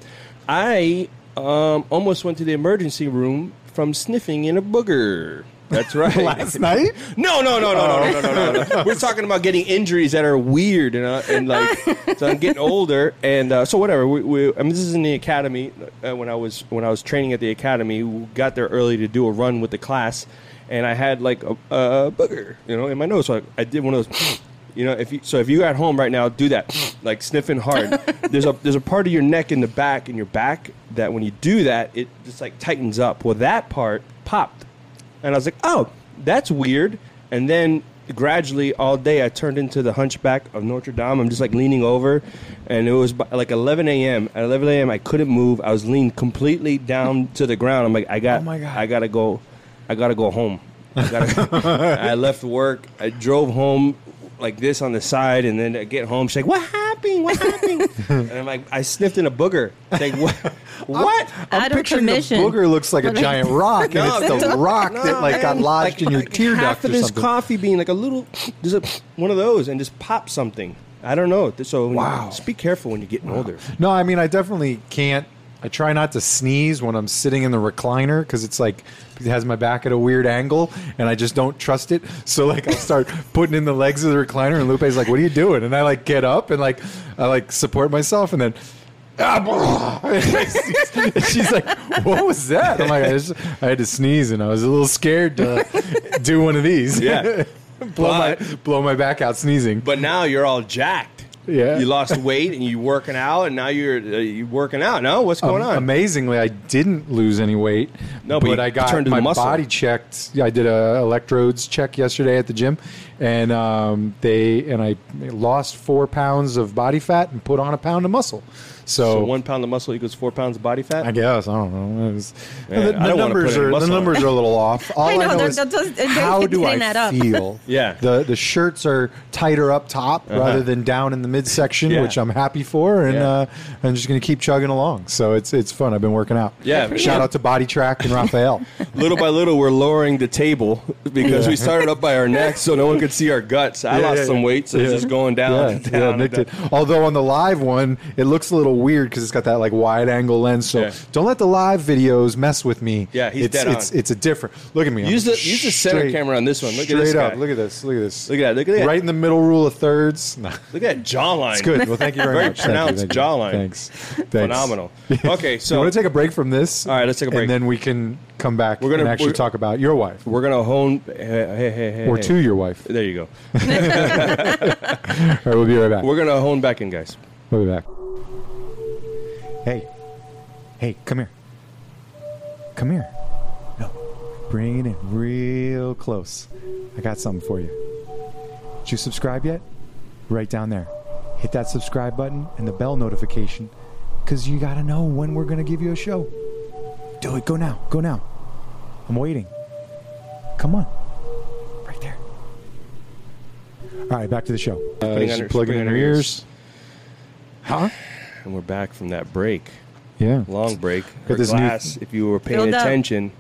Speaker 2: I um, almost went to the emergency room from sniffing in a booger. That's right.
Speaker 3: Last night?
Speaker 2: No, no, no, no, no, no, no, no, no. We're talking about getting injuries that are weird, and, uh, and like, so I'm getting older, and uh, so whatever. We, we, I mean, this is in the academy. Uh, when I was when I was training at the academy, we got there early to do a run with the class, and I had like a, a booger, you know, in my nose. So I, I did one of those. You know, if you so if you're at home right now, do that, like sniffing hard. There's a there's a part of your neck in the back in your back that when you do that, it just like tightens up. Well, that part popped, and I was like, oh, that's weird. And then gradually all day I turned into the hunchback of Notre Dame. I'm just like leaning over. And it was bu- like 11 a.m. At 11 a.m., I couldn't move. I was leaned completely down to the ground. I'm like, I got,
Speaker 3: Oh my God.
Speaker 2: I gotta go, I gotta go home. I, gotta, I left work. I drove home like this on the side, and then I get home. She's like, "What happened? What happened?" and I'm like, "I sniffed in a booger." Like what? What?
Speaker 4: Out of
Speaker 3: picturing
Speaker 4: commission.
Speaker 3: the booger looks like a
Speaker 4: But I-
Speaker 3: giant rock,
Speaker 2: No,
Speaker 3: and it's the
Speaker 2: no,
Speaker 3: rock that like got
Speaker 2: man. Like,
Speaker 3: lodged in your
Speaker 2: like
Speaker 3: tear
Speaker 2: half
Speaker 3: duct
Speaker 2: of
Speaker 3: or
Speaker 2: this
Speaker 3: something.
Speaker 2: coffee bean, like a little, there's a one of those, and just pop something. I don't know. So when you-
Speaker 3: Wow.
Speaker 2: just be careful when you're getting older.
Speaker 3: No, I mean I definitely can't. I try not to sneeze when I'm sitting in the recliner because it's like it has my back at a weird angle, and I just don't trust it. So like I start putting in the legs of the recliner, and Lupe's like, "What are you doing?" And I like get up and like I like support myself, and then. "Ah, blah." And she's like, "What was that?" I'm like, I, just, "I had to sneeze, and I was a little scared to do one of these."
Speaker 2: Yeah.
Speaker 3: blow my blow my back out sneezing.
Speaker 2: But now you're all jacked.
Speaker 3: Yeah.
Speaker 2: you lost weight and you working out, and now you're uh, you working out. No, what's going
Speaker 3: Um,
Speaker 2: on?
Speaker 3: Amazingly, I didn't lose any weight.
Speaker 2: No, but you
Speaker 3: I got
Speaker 2: turned to the
Speaker 3: my
Speaker 2: muscle.
Speaker 3: body checked. Yeah, I did a electrodes check yesterday at the gym, and um, they and I lost four pounds of body fat and put on a pound of muscle. So,
Speaker 2: So one pound of muscle equals four pounds of body fat.
Speaker 3: I guess I don't know. It was,
Speaker 2: Man,
Speaker 3: the,
Speaker 2: I
Speaker 3: the
Speaker 2: don't wanna
Speaker 3: numbers
Speaker 2: put any
Speaker 3: are the
Speaker 2: muscle on
Speaker 3: numbers
Speaker 2: it.
Speaker 3: are a little off. All
Speaker 4: I
Speaker 3: I
Speaker 4: know,
Speaker 3: know,
Speaker 4: that-
Speaker 3: is
Speaker 4: that does- it
Speaker 3: how
Speaker 4: doesn't
Speaker 3: do I
Speaker 4: clean that up.
Speaker 3: feel?
Speaker 2: Yeah. Uh-huh.
Speaker 3: the the shirts are tighter up top rather than down in the midsection,
Speaker 2: Yeah.
Speaker 3: which I'm happy for, and
Speaker 2: Yeah.
Speaker 3: uh, I'm just gonna keep chugging along. So it's it's fun. I've been working out.
Speaker 2: Yeah, Good for
Speaker 3: shout
Speaker 2: you.
Speaker 3: out to Body Track and Raphael.
Speaker 2: little by little, we're lowering the table because we started up by our necks, so no one could see our guts. I
Speaker 3: Yeah,
Speaker 2: lost
Speaker 3: yeah,
Speaker 2: some
Speaker 3: yeah.
Speaker 2: weight, so it's
Speaker 3: Yeah.
Speaker 2: just going down.
Speaker 3: yeah,
Speaker 2: and down
Speaker 3: yeah,
Speaker 2: and
Speaker 3: Nick
Speaker 2: down.
Speaker 3: did. Although on the live one, it looks a little weird because it's got that like wide angle lens. So
Speaker 2: Yeah.
Speaker 3: don't let the live videos mess with me.
Speaker 2: Yeah, he's
Speaker 3: it's,
Speaker 2: dead on.
Speaker 3: It's, it's a different. Look at me.
Speaker 2: Use the- use the center camera on this one. Look at
Speaker 3: straight
Speaker 2: this
Speaker 3: up.
Speaker 2: guy.
Speaker 3: Look at this. Look at this.
Speaker 2: Look at that, look at that.
Speaker 3: Right in the middle rule of thirds. No,
Speaker 2: Look at that jawline.
Speaker 3: it's good. Well, thank you very,
Speaker 2: Very
Speaker 3: much. Thank you,
Speaker 2: pronounced
Speaker 3: thank you.
Speaker 2: jawline.
Speaker 3: Thanks. Thanks.
Speaker 2: Phenomenal. Okay,
Speaker 3: you
Speaker 2: so
Speaker 3: want to take a break from this?
Speaker 2: All right, let's take a break.
Speaker 3: And then we can come back
Speaker 2: We're gonna-
Speaker 3: and actually
Speaker 2: we're-
Speaker 3: talk about your wife
Speaker 2: we're gonna hone. Hey, hey, hey, hey,
Speaker 3: or
Speaker 2: hey.
Speaker 3: to your wife.
Speaker 2: There you go.
Speaker 3: All right, we'll be right back.
Speaker 2: We're gonna hone back in, guys.
Speaker 3: We'll be back. Hey. Hey, come here. Come here. No. Bring it in real close. I got something for you. Did you subscribe yet? Right down there. Hit that subscribe button and the bell notification because you got to know when we're going to give you a show. Do it. Go now. Go now. I'm waiting. Come on. Right there. All right, back to the show. Uh,
Speaker 2: Putting on her- putting on her ears.
Speaker 3: Huh?
Speaker 2: And we're back from that break,
Speaker 3: Yeah.
Speaker 2: long break. Her
Speaker 3: this new-
Speaker 2: glass, if you were paying
Speaker 4: Filled up.
Speaker 2: attention,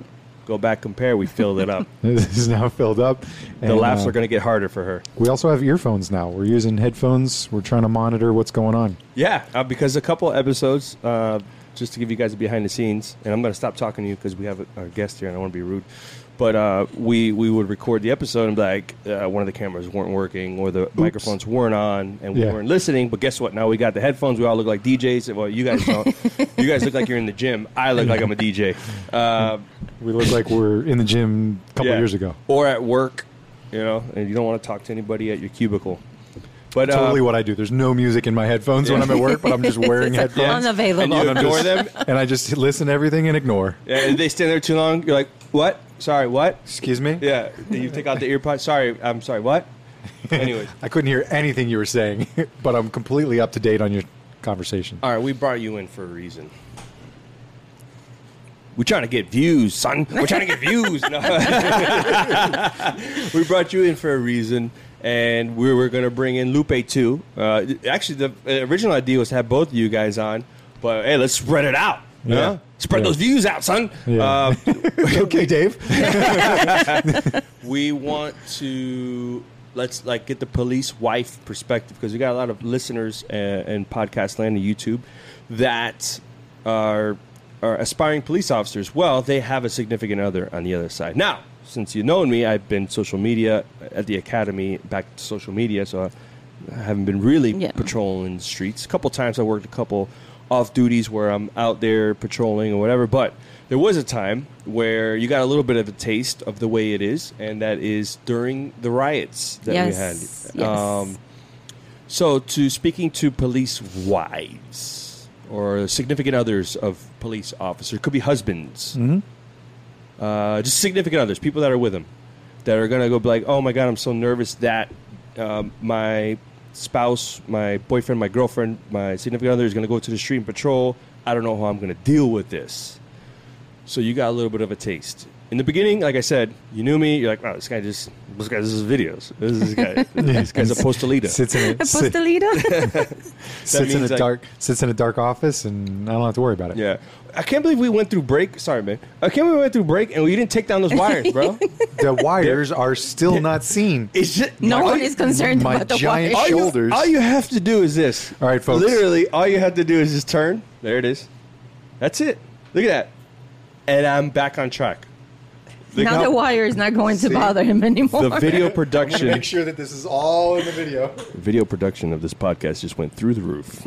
Speaker 2: go back compare. We filled it up.
Speaker 3: This is now filled up.
Speaker 2: The
Speaker 3: uh,
Speaker 2: laughs are going to get harder for her.
Speaker 3: We also have earphones now. We're using headphones. We're trying to monitor what's going on.
Speaker 2: Yeah, uh, because a couple episodes, uh, just to give you guys a behind the scenes, and I'm going to stop talking to you because we have our guest here, and I want to be rude. But uh, we we would record the episode, and be like uh, one of the cameras weren't working, or the microphones weren't on, and we
Speaker 3: Yeah.
Speaker 2: weren't listening. But guess what? Now we got the headphones. We all look like DJs. Well, you guys don't. you guys look like you're in the gym. I look like I'm a DJ. Uh,
Speaker 3: We look like we're in the gym a couple
Speaker 2: yeah.
Speaker 3: years ago.
Speaker 2: or at work, you know, and you don't want to talk to anybody at your cubicle. But uh,
Speaker 3: Totally what I do. There's no music in my headphones when
Speaker 2: Yeah.
Speaker 3: I'm at work, but I'm just wearing
Speaker 2: and
Speaker 3: headphones.
Speaker 4: Unavailable.
Speaker 2: you ignore them,
Speaker 3: And I just listen to everything and ignore.
Speaker 2: and they stand there too long. You're like, what? Sorry, what?
Speaker 3: Excuse me?
Speaker 2: Yeah, then you take out the earpod. Sorry, I'm sorry. What? Anyways,
Speaker 3: I couldn't hear anything you were saying, but I'm completely up to date on your conversation.
Speaker 2: all right, we brought you in for a reason. We're trying to get views, son. We're trying to get views. No. we brought you in for a reason, and we were going to bring in Lupe too. Uh, actually, the uh, original idea was to have both of you guys on, but hey, let's spread it out.
Speaker 3: Yeah.
Speaker 2: huh? Spread
Speaker 3: Yeah.
Speaker 2: those views out, son.
Speaker 3: Yeah.
Speaker 2: Uh,
Speaker 3: okay, Dave.
Speaker 2: we want to let's like get the police wife perspective because we got a lot of listeners and, and podcast land and YouTube that are are aspiring police officers. Well, they have a significant other on the other side. Now, since you know me, I've been social media at the academy back to social media, so I haven't been really
Speaker 4: Yeah.
Speaker 2: patrolling the streets. A couple times I worked a couple off duties where I'm out there patrolling or whatever, but there was a time where you got a little bit of a taste of the way it is, and that is during the riots that
Speaker 4: Yes,
Speaker 2: we had. Um,
Speaker 4: yes.
Speaker 2: so, to speaking to police wives or significant others of police officers, could be husbands, uh, just significant others, people that are with them, that are gonna go be like, "Oh my god, I'm so nervous that um, my spouse, my boyfriend, my girlfriend, my significant other is gonna go to the street and patrol. I don't know how I'm gonna deal with this." So you got a little bit of a taste. In the beginning, like I said, you knew me. You're like, "Oh, this guy just this guy. This is videos. This is this guy. this guy's a postal leader."
Speaker 3: Sits in a, sit,
Speaker 4: Postelita?
Speaker 3: sits in a
Speaker 2: means, like-
Speaker 3: dark sits in a dark office, and I don't have to worry about it.
Speaker 2: Yeah, I can't believe we went through break. Sorry, man. I can't believe we went through break and we didn't take down those wires, bro.
Speaker 3: The wires are still not seen.
Speaker 2: It's just
Speaker 4: No
Speaker 2: all
Speaker 4: one
Speaker 2: you-
Speaker 4: is concerned
Speaker 3: my
Speaker 4: about the
Speaker 3: giant
Speaker 2: all
Speaker 4: wires.
Speaker 2: you-
Speaker 3: shoulders.
Speaker 2: all you have to do is this.
Speaker 3: All right, folks.
Speaker 2: Literally, all you have to do is just turn. There it is. That's it. Look at that. And I'm back on track. Look
Speaker 4: Now
Speaker 2: how-
Speaker 4: the wire is not going to
Speaker 3: See?
Speaker 4: bother him anymore.
Speaker 2: the video
Speaker 3: to
Speaker 2: production,
Speaker 3: make sure that this is all in the video.
Speaker 2: video production of this podcast just went through the roof.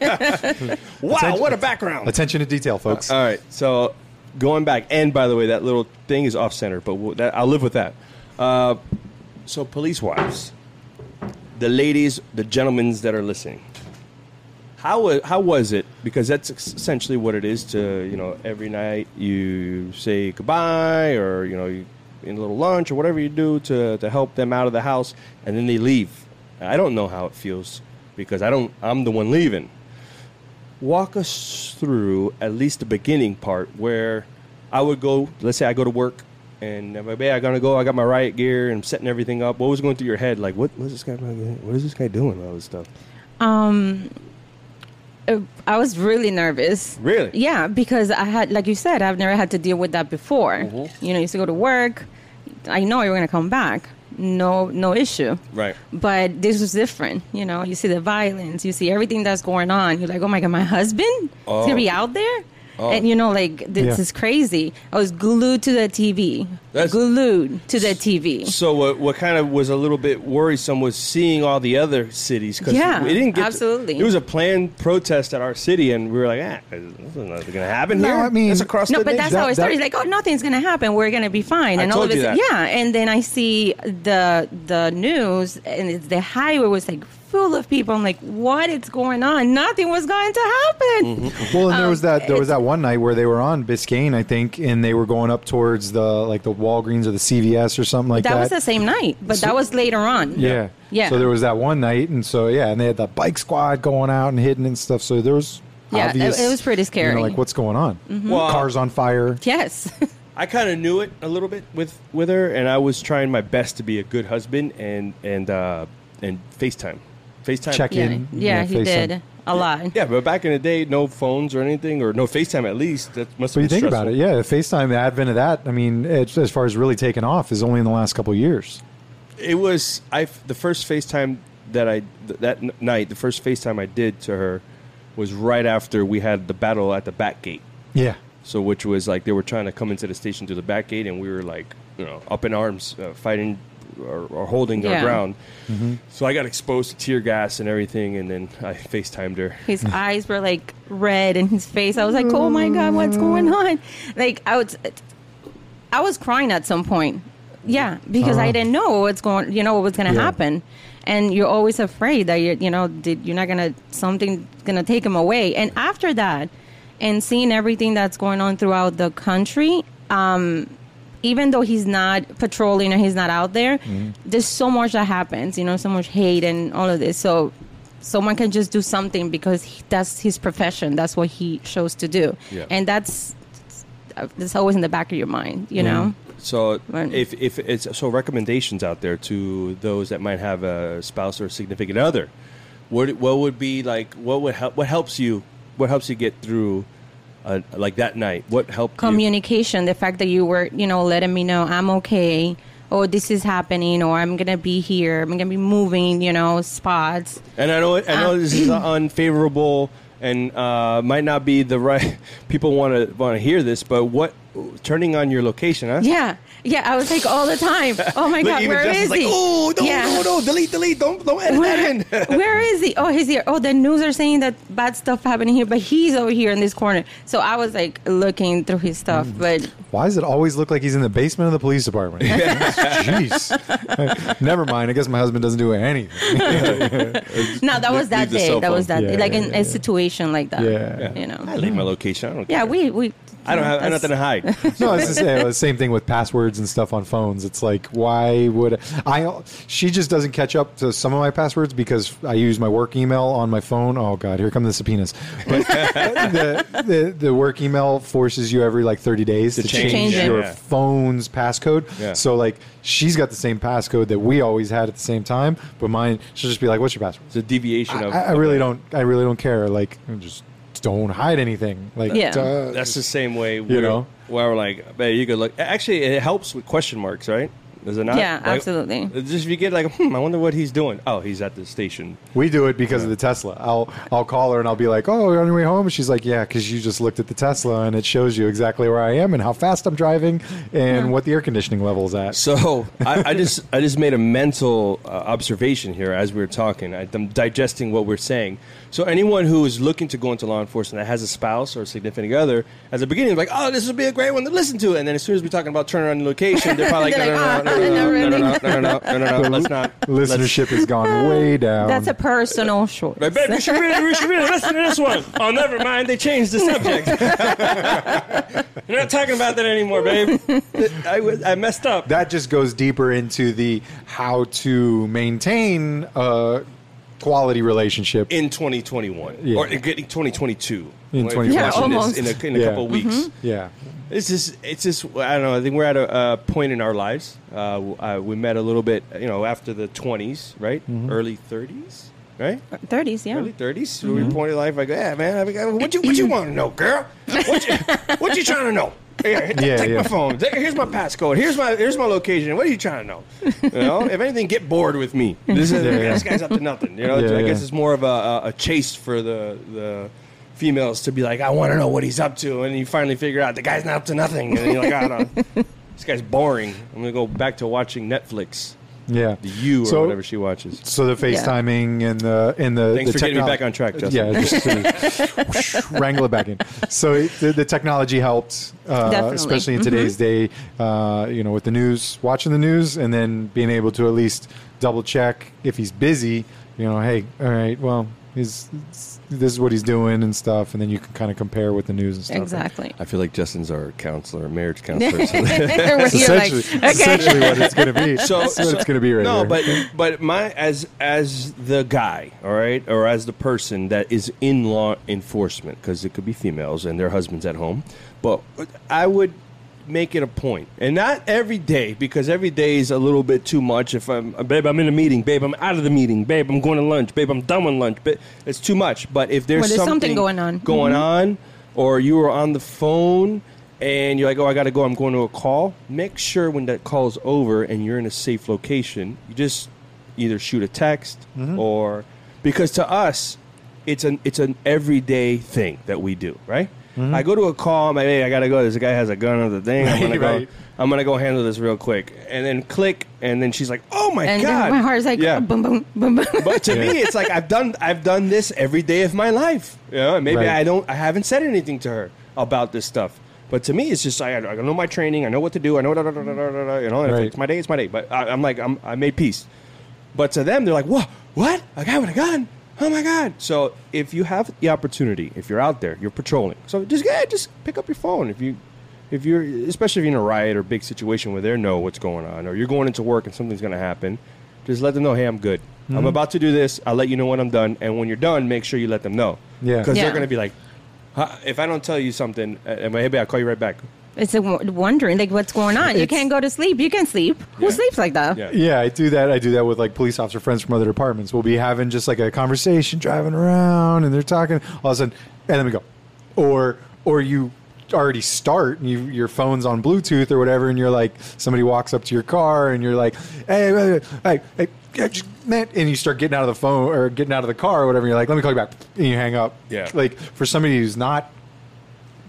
Speaker 2: wow, what a background!
Speaker 3: Attention to detail, folks.
Speaker 2: All right, so going back, and by the way, that little thing is off center, but we'll, that, I'll live with that. Uh, so, police wives, the ladies, the gentlemen that are listening, how wa- how was it? Because that's ex- essentially what it is. To you know, every night you say goodbye, or you know, you in a little lunch or whatever you do to to help them out of the house, and then they leave. I don't know how it feels because I don't. I'm the one leaving. walk us through at least the beginning part where I would go. Let's say I go to work and I'm like, "Hey, I gotta go. I got my riot gear and I'm setting everything up." What was going through your head? Like, what was this guy? What is this guy doing? All this stuff.
Speaker 4: Um, Uh, I was really nervous.
Speaker 2: Really?
Speaker 4: Yeah, because I had, like you said, I've never had to deal with that before.
Speaker 2: Mm-hmm.
Speaker 4: You know, you used to go to work. I know you're gonna come back. No, no issue.
Speaker 2: Right.
Speaker 4: But this was different. You know, you see the violence, you see everything that's going on. You're like, oh my god, my husband is
Speaker 2: Oh.
Speaker 4: gonna be out there.
Speaker 2: Oh.
Speaker 4: And you know, like this
Speaker 3: Yeah.
Speaker 4: is crazy. I was glued to the TV.
Speaker 2: That's-
Speaker 4: glued to the TV.
Speaker 2: So what, what kind of was a little bit worrisome was seeing all the other cities because
Speaker 4: Yeah,
Speaker 2: we didn't get to-
Speaker 4: absolutely.
Speaker 2: it was a planned protest at our city, and we were like, ah, this is not going to happen
Speaker 3: No,
Speaker 2: here.
Speaker 3: I mean-
Speaker 2: that's across
Speaker 4: No,
Speaker 2: the
Speaker 4: but
Speaker 2: nation.
Speaker 4: that's
Speaker 3: That-
Speaker 4: how it
Speaker 3: that-
Speaker 4: started. Like, oh, nothing's gonna happen. We're gonna be fine.
Speaker 2: I
Speaker 4: And all
Speaker 2: told
Speaker 4: of
Speaker 2: you
Speaker 4: a sudden,
Speaker 2: that.
Speaker 4: yeah. And then I see the the news, and it's, the highway was like full of people. I'm like, what is going on? Nothing was going to happen.
Speaker 2: Mm-hmm.
Speaker 3: Well, and there was that there was
Speaker 4: um, it's-
Speaker 3: that one night where they were on Biscayne, I think, and they were going up towards the like the Walgreens or the CVS or something like
Speaker 4: That
Speaker 3: that.
Speaker 4: was the same night, but that was later on.
Speaker 3: yeah.
Speaker 4: Yeah.
Speaker 3: So there was that one night, and so yeah, and they had the bike squad going out and hitting and stuff. So there was
Speaker 4: Yeah, it-
Speaker 3: obvious,
Speaker 4: it was pretty
Speaker 3: you know,
Speaker 4: scary. Mm-hmm.
Speaker 3: like what's going on?
Speaker 2: Well,
Speaker 3: Cars on fire.
Speaker 4: Yes.
Speaker 2: I kind of knew it a little bit with with her, and I was trying my best to be a good husband and and uh, and FaceTime, FaceTime.
Speaker 3: Check
Speaker 4: yeah.
Speaker 3: in.
Speaker 4: Yeah,
Speaker 3: yeah,
Speaker 4: he
Speaker 3: FaceTime.
Speaker 4: did a lot.
Speaker 2: Yeah, but back in the day, no phones or anything, or no FaceTime at least. That must.
Speaker 3: So
Speaker 2: have
Speaker 3: you
Speaker 2: been
Speaker 3: think about
Speaker 2: stressful.
Speaker 3: it, yeah. The FaceTime, the advent of that, I mean, it's, as far as really taking off, is only in the last couple of years.
Speaker 2: it was I the first FaceTime that I th- that n- night the first FaceTime I did to her was right after we had the battle at the back gate.
Speaker 3: Yeah,
Speaker 2: So which was like they were trying to come into the station through the back gate and we were like you know up in arms uh, fighting or, or holding our
Speaker 4: Yeah.
Speaker 2: ground. So I got exposed to tear gas and everything, and then I FaceTimed her.
Speaker 4: His eyes were like red in his face. I was like, "Oh my god, what's going on?" Like I was, I was crying at some point. Yeah, because I didn't know what's going, you know, what was going to
Speaker 3: Yeah.
Speaker 4: happen, and you're always afraid that you, you know, did you're not gonna something gonna take him away. And after that, and seeing everything that's going on throughout the country, even though he's not patrolling and he's not out there,
Speaker 2: Mm-hmm.
Speaker 4: there's so much that happens, you know, so much hate and all of this. So someone can just do something because he, that's his profession. That's what he chose to do.
Speaker 2: Yeah.
Speaker 4: And that's that's always in the back of your mind, you
Speaker 2: Mm-hmm.
Speaker 4: know?
Speaker 2: So
Speaker 4: Right.
Speaker 2: if, if it's so recommendations out there to those that might have a spouse or significant other, what what would be like what would help what helps you what helps you get through uh, like that night? What helped you?
Speaker 4: Communication, the fact that you were, you know, letting me know I'm okay or this is happening or I'm going to be here, I'm going to be moving, you know, spots.
Speaker 2: And I know I
Speaker 4: Ah.
Speaker 2: know this is unfavorable and uh, might not be the right people want to want to hear this, but what turning on your location? Huh?
Speaker 4: Yeah. Yeah, I was like all the time. Oh my
Speaker 2: Look,
Speaker 4: god,
Speaker 2: even
Speaker 4: where
Speaker 2: Justin's
Speaker 4: is
Speaker 2: like,
Speaker 4: he?
Speaker 2: oh, no,
Speaker 4: Yeah.
Speaker 2: no, no, delete, delete, don't, don't edit that in.
Speaker 4: Where, where is he? Oh, he's here. Oh, the news are saying that bad stuff happening here, but he's over here in this corner. So I was like looking through his stuff, but
Speaker 3: Why does it always look like he's in the basement of the police department? Jeez. Never mind. I guess my husband doesn't do anything.
Speaker 4: no, that was
Speaker 2: leave
Speaker 4: that
Speaker 2: the cell
Speaker 4: day. That was
Speaker 2: phone.
Speaker 4: that
Speaker 3: Yeah,
Speaker 4: day. Like in
Speaker 3: yeah, yeah.
Speaker 4: a situation like that.
Speaker 3: Yeah.
Speaker 4: You
Speaker 2: I
Speaker 4: know.
Speaker 2: leave my location. I don't.
Speaker 4: Yeah,
Speaker 2: care.
Speaker 4: we we.
Speaker 2: I don't have I have
Speaker 4: that's-
Speaker 2: nothing to hide.
Speaker 3: No, it's the same, the same thing with passwords and stuff on phones. It's like, why would I? She just doesn't catch up to some of my passwords because I use my work email on my phone. Oh God, here come the subpoenas. But the, the the work email forces you every like thirty days to,
Speaker 2: change
Speaker 3: change,
Speaker 4: it.
Speaker 3: your
Speaker 2: Yeah.
Speaker 3: phone's passcode.
Speaker 2: Yeah.
Speaker 3: So like, she's got the same passcode that we always had at the same time, but mine, she'll just be like, "What's your password?"
Speaker 2: It's a deviation
Speaker 3: I,
Speaker 2: of.
Speaker 3: I really don't. I really don't care. Like, just don't hide anything. Like,
Speaker 4: Yeah.
Speaker 3: duh.
Speaker 2: That's the same way. You
Speaker 3: know?
Speaker 2: where we're like, man, you could look. Actually, it helps with question marks, right? Does it not?
Speaker 4: Yeah,
Speaker 2: Like,
Speaker 4: absolutely.
Speaker 2: it's Just if you get like, hmm, I wonder what he's doing. Oh, he's at the station.
Speaker 3: We do it because of the Tesla. I'll I'll call her and I'll be like, "Oh, you're on your way home." And she's like, "Yeah, because you just looked at the Tesla and it shows you exactly where I am and how fast I'm driving and what the air conditioning level is at."
Speaker 2: So I, I just I just made a mental uh, observation here as we were talking. I, I'm digesting what we're saying. So anyone who is looking to go into law enforcement that has a spouse or a significant other, at the beginning, like, oh, this would be a great one to listen to. And then as soon as we're talking about turning on the location, they're probably like,
Speaker 4: They're
Speaker 2: no, no, no, no,
Speaker 4: like, "Ah, not
Speaker 2: no, no,
Speaker 4: really."
Speaker 2: no, no, no, no, no, no, no, no, let's not. Let's-
Speaker 3: Listenership has gone way down.
Speaker 4: That's
Speaker 2: um,
Speaker 4: a
Speaker 2: uh,
Speaker 4: personal short.
Speaker 2: Like, babe, you should really, you should really listen to this one. Oh, never mind. They changed the subject. You're not talking about that anymore, babe. I, was- I messed up.
Speaker 3: that just goes deeper into the how to maintain a quality relationship.
Speaker 2: in 2021
Speaker 3: Yeah.
Speaker 2: or getting 2022.
Speaker 3: In
Speaker 2: If you're
Speaker 3: 2022. Yeah,
Speaker 2: watching this
Speaker 4: almost.
Speaker 2: in a, in a
Speaker 3: Yeah.
Speaker 2: couple weeks.
Speaker 3: yeah.
Speaker 2: It's just, it's just, I don't know. I think we're at a, uh point in our lives. Uh, w- uh, we met a little bit, you know, after the 20s, right?
Speaker 3: Mm-hmm.
Speaker 2: Early 30s, right?
Speaker 4: 30s, yeah.
Speaker 2: Early 30s. So
Speaker 3: Mm-hmm.
Speaker 2: we point in life like, yeah, man, I mean, what you, what you want to know, girl? What you, what you trying to know? Here, t-
Speaker 3: Yeah,
Speaker 2: take
Speaker 3: yeah.
Speaker 2: my phone. Take- here's my passcode. Here's my here's my location. What are you trying to know? You know, if anything, get bored with me. This is
Speaker 3: Yeah, yeah.
Speaker 2: this guy's up to nothing. You know,
Speaker 3: Yeah,
Speaker 2: I
Speaker 3: yeah.
Speaker 2: guess it's more of a, a, a chase for the the females to be like, I want to know what he's up to, and you finally figure out the guy's not up to nothing, and you're like, I don't. know. This guy's boring. I'm gonna go back to watching Netflix,
Speaker 3: Yeah.
Speaker 2: the U or
Speaker 3: So-
Speaker 2: whatever she watches.
Speaker 3: So the
Speaker 4: Yeah.
Speaker 3: FaceTiming and the and the
Speaker 2: Thanks for
Speaker 3: the
Speaker 2: getting me
Speaker 3: technol-
Speaker 2: back on track, Justin.
Speaker 3: Yeah, just to whoosh, wrangle it back in. So it, the, the technology helped, uh,
Speaker 4: Definitely. Mm-hmm.
Speaker 3: especially in today's day. Uh, you know, with the news, watching the news, and then being able to at least double check if he's busy. You know, hey, all right, well, he's, this is what he's doing and stuff, and then you can kind of compare with the news and stuff.
Speaker 4: Exactly.
Speaker 2: I feel like Justin's our counselor, marriage counselor. so
Speaker 4: Where
Speaker 3: It's
Speaker 4: you're like,
Speaker 3: essentially, it's
Speaker 4: okay.
Speaker 3: essentially what it's going to be. That's what it's going to be right
Speaker 2: no,
Speaker 3: there.
Speaker 2: but but my as as the guy, all right, or as the person that is in law enforcement, because it could be females and their husbands at home. But I would make it a point, and not every day, because every day is a little bit too much. If I'm babe, I'm in a meeting, babe, I'm out of the meeting, babe, I'm going to lunch, babe, I'm done with lunch, but it's too much. But if there's,
Speaker 4: Well, there's something going on.
Speaker 2: going on, or you were on the phone and you're like, oh, I got to go, I'm going to a call, make sure when that call's over and you're in a safe location, you just either shoot a text or because to us, it's an it's an everyday thing that we do, right? I go to a call, I'm like, hey, I gotta go. This guy has a gun on the thing. I'm gonna
Speaker 3: Right, right.
Speaker 2: go. I'm gonna go handle this real quick, and then click, and then she's like, "Oh my
Speaker 4: And
Speaker 2: god!"
Speaker 4: then my heart's like,
Speaker 2: Yeah
Speaker 4: boom, boom, boom, boom.
Speaker 2: but to me, it's like I've done I've done this every day of my life. You know, and maybe
Speaker 3: Right.
Speaker 2: I don't I haven't said anything to her about this stuff. But to me, it's just I, I know my training. I know what to do. I know da, da, da, da, da, da, da, you know. If
Speaker 3: Right.
Speaker 2: it's my day, it's my day. But I, I'm like I'm, I made peace. But to them, they're like, "What? What? A guy with a gun? Oh my god!" So if you have the opportunity, if you're out there, you're patrolling. So just yeah, just pick up your phone if you. If you're, especially if you're in a riot or big situation where they know what's going on, or you're going into work and something's going to happen, just let them know, hey, I'm good.
Speaker 3: Mm-hmm.
Speaker 2: I'm about to do this. I'll let you know when I'm done. And when you're done, make sure you let them know.
Speaker 3: Yeah.
Speaker 2: Because
Speaker 4: Yeah.
Speaker 2: they're going to be like, huh, if I don't tell you something, uh, and maybe I'll call you right back.
Speaker 4: It's a w- wondering, like, what's going on? You
Speaker 3: It's-
Speaker 4: can't go to sleep. You can sleep. Who
Speaker 2: Yeah.
Speaker 4: sleeps like that?
Speaker 2: Yeah.
Speaker 3: Yeah, I do that. I do that with like police officer friends from other departments. We'll be having just like a conversation, driving around, and they're talking. All of a sudden, and then we go, or or you already start and you, your phone's on Bluetooth or whatever, and you're like, somebody walks up to your car, and you're like, hey, hey, hey, hey, hey, just- man, and you start getting out of the phone or getting out of the car or whatever. And you're like, let me call you back, and you hang up.
Speaker 2: Yeah.
Speaker 3: like for somebody who's not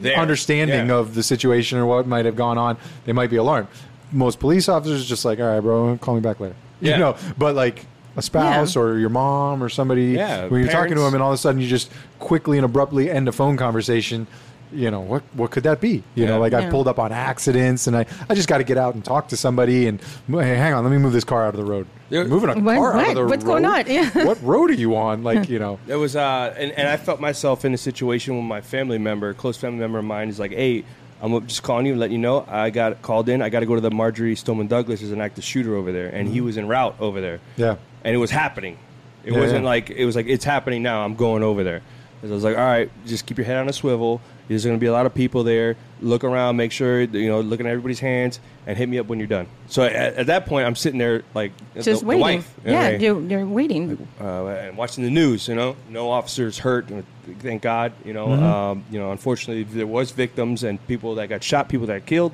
Speaker 2: There.
Speaker 3: understanding
Speaker 2: Yeah.
Speaker 3: of the situation or what might have gone on, they might be alarmed. Most police officers are just like, all right, bro, call me back later.
Speaker 2: Yeah.
Speaker 3: You know, but like a spouse
Speaker 4: Yeah.
Speaker 3: or your mom or somebody,
Speaker 2: Yeah,
Speaker 3: when you're talking to
Speaker 2: parents.
Speaker 3: them and all of a sudden you just quickly and abruptly end a phone conversation, you know, what, what could that be? You
Speaker 2: Yeah.
Speaker 3: know, like I
Speaker 4: Yeah.
Speaker 3: pulled up on accidents and I, I just got to get out and talk to somebody and hey, hang on, let me move this car out of the road.
Speaker 2: There-
Speaker 3: Moving a
Speaker 4: What-
Speaker 3: car out
Speaker 4: what?
Speaker 3: of the
Speaker 4: What's
Speaker 3: road?
Speaker 4: going on? Yeah.
Speaker 3: What road are you on? Like, you know,
Speaker 2: It was, uh, and, and I felt myself in a situation when my family member, a close family member of mine, is like, hey, I'm just calling you and letting you know I got called in. I got to go to the Marjorie Stoneman Douglas as an active shooter over there, and he was en route over there.
Speaker 3: Mm-hmm. Yeah.
Speaker 2: and it was happening. It
Speaker 3: Yeah,
Speaker 2: wasn't
Speaker 3: yeah.
Speaker 2: like it was like it's happening now. I'm going over there. 'Cause I was like, all right, just keep your head on a swivel. There's going to be a lot of people there. Look around, make sure that, you know, looking at everybody's hands, and hit me up when you're done. So at, at that point, I'm sitting there like
Speaker 4: Just
Speaker 2: the, the
Speaker 4: waiting.
Speaker 2: wife, you know,
Speaker 4: yeah,
Speaker 2: like,
Speaker 4: you're, you're waiting.
Speaker 2: uh, and watching the news, you know, no officers hurt. and Thank God, you know.
Speaker 3: Mm-hmm.
Speaker 2: Um, you know, unfortunately, there was victims and people that got shot, people that got killed,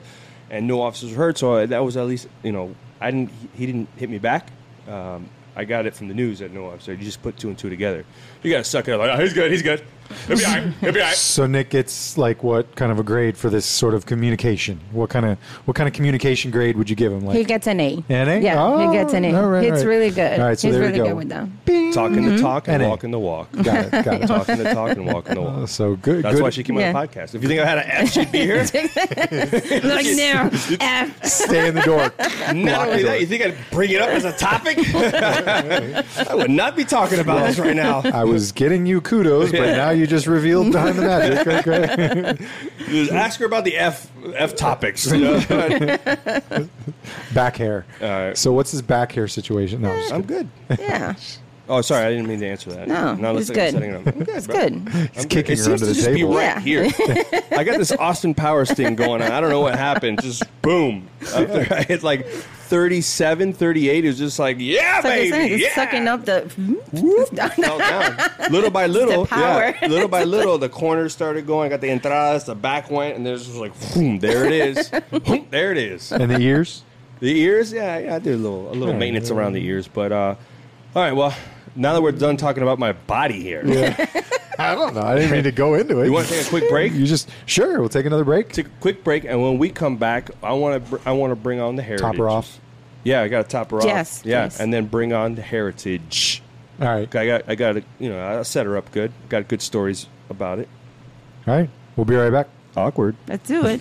Speaker 2: and no officers hurt. So uh, that was at least, you know, I didn't. he- He didn't hit me back. Um, I got it from the news that no officer. You just put two and two together. You got to suck it up. Like, oh, he's good. He's good. He'll be all right. He'll be all right.
Speaker 3: So Nick gets like what kind of a grade for this sort of communication? What kind of what kind of communication grade would you give him? Like
Speaker 4: He gets an A.
Speaker 3: An A?
Speaker 4: Yeah,
Speaker 3: Oh,
Speaker 4: he gets an A.
Speaker 3: all right, all
Speaker 4: It's
Speaker 3: right.
Speaker 4: really good.
Speaker 3: All right, so
Speaker 4: He's
Speaker 3: there we
Speaker 4: really
Speaker 3: go.
Speaker 4: good with that.
Speaker 2: Talking the talk and
Speaker 3: NA.
Speaker 2: walking the walk.
Speaker 3: got it, got it.
Speaker 2: Talking the talk and walking the walk.
Speaker 3: So good.
Speaker 2: That's
Speaker 3: good.
Speaker 2: why she came
Speaker 4: Yeah.
Speaker 2: on the podcast. If you think I had an F, she'd be here.
Speaker 4: Like now, F.
Speaker 3: stay in the door.
Speaker 2: Not only that, you think I'd bring it up as a topic? I would not be talking about this right now.
Speaker 3: I was getting you kudos, but now you just revealed behind the magic. Great, great.
Speaker 2: Just ask her about the F F topics. you know?
Speaker 3: Back hair.
Speaker 2: All right.
Speaker 3: So what's his back hair situation? No, I'm just
Speaker 2: I'm good.
Speaker 4: Yeah.
Speaker 2: Oh, sorry, I didn't mean to answer that.
Speaker 4: No,
Speaker 2: Now looks
Speaker 4: it's
Speaker 2: like I'm
Speaker 4: good.
Speaker 2: setting it up.
Speaker 4: It's good.
Speaker 2: It's
Speaker 3: kicking
Speaker 2: it
Speaker 3: her
Speaker 2: seems
Speaker 3: under
Speaker 2: to
Speaker 3: the
Speaker 2: just be
Speaker 3: table.
Speaker 2: right here. I got this Austin Powers thing going on. I don't know what happened. Just boom. After I hit like 37, 38, it was just like, yeah,
Speaker 4: It's like I
Speaker 2: baby.
Speaker 4: said, it's
Speaker 2: yeah.
Speaker 4: sucking up the.
Speaker 2: fell down. Little by little,
Speaker 4: power.
Speaker 2: yeah. Little by little, the corners started going. Got the entradas, the back went, and there's just like, boom, there it is. Boom, there it is.
Speaker 3: And the ears?
Speaker 2: The ears, yeah, yeah, I do a little, a little maintenance around the ears. But uh, all right, well, now that we're done talking about my body here,
Speaker 3: I don't know. I didn't mean to go into it.
Speaker 2: you want to take a quick break?
Speaker 3: You just sure. We'll take another break.
Speaker 2: Take a quick break, and when we come back, I want to, br- I want to bring on the heritage.
Speaker 3: Top her off.
Speaker 2: Yeah, I got to top her off.
Speaker 4: Yes,
Speaker 2: yeah,
Speaker 4: please.
Speaker 2: and then bring on the heritage.
Speaker 3: All right.
Speaker 2: I got, I got, a- you know, I set her up good. Got good stories about it.
Speaker 3: All right. We'll be right back.
Speaker 2: Awkward.
Speaker 4: Let's do it.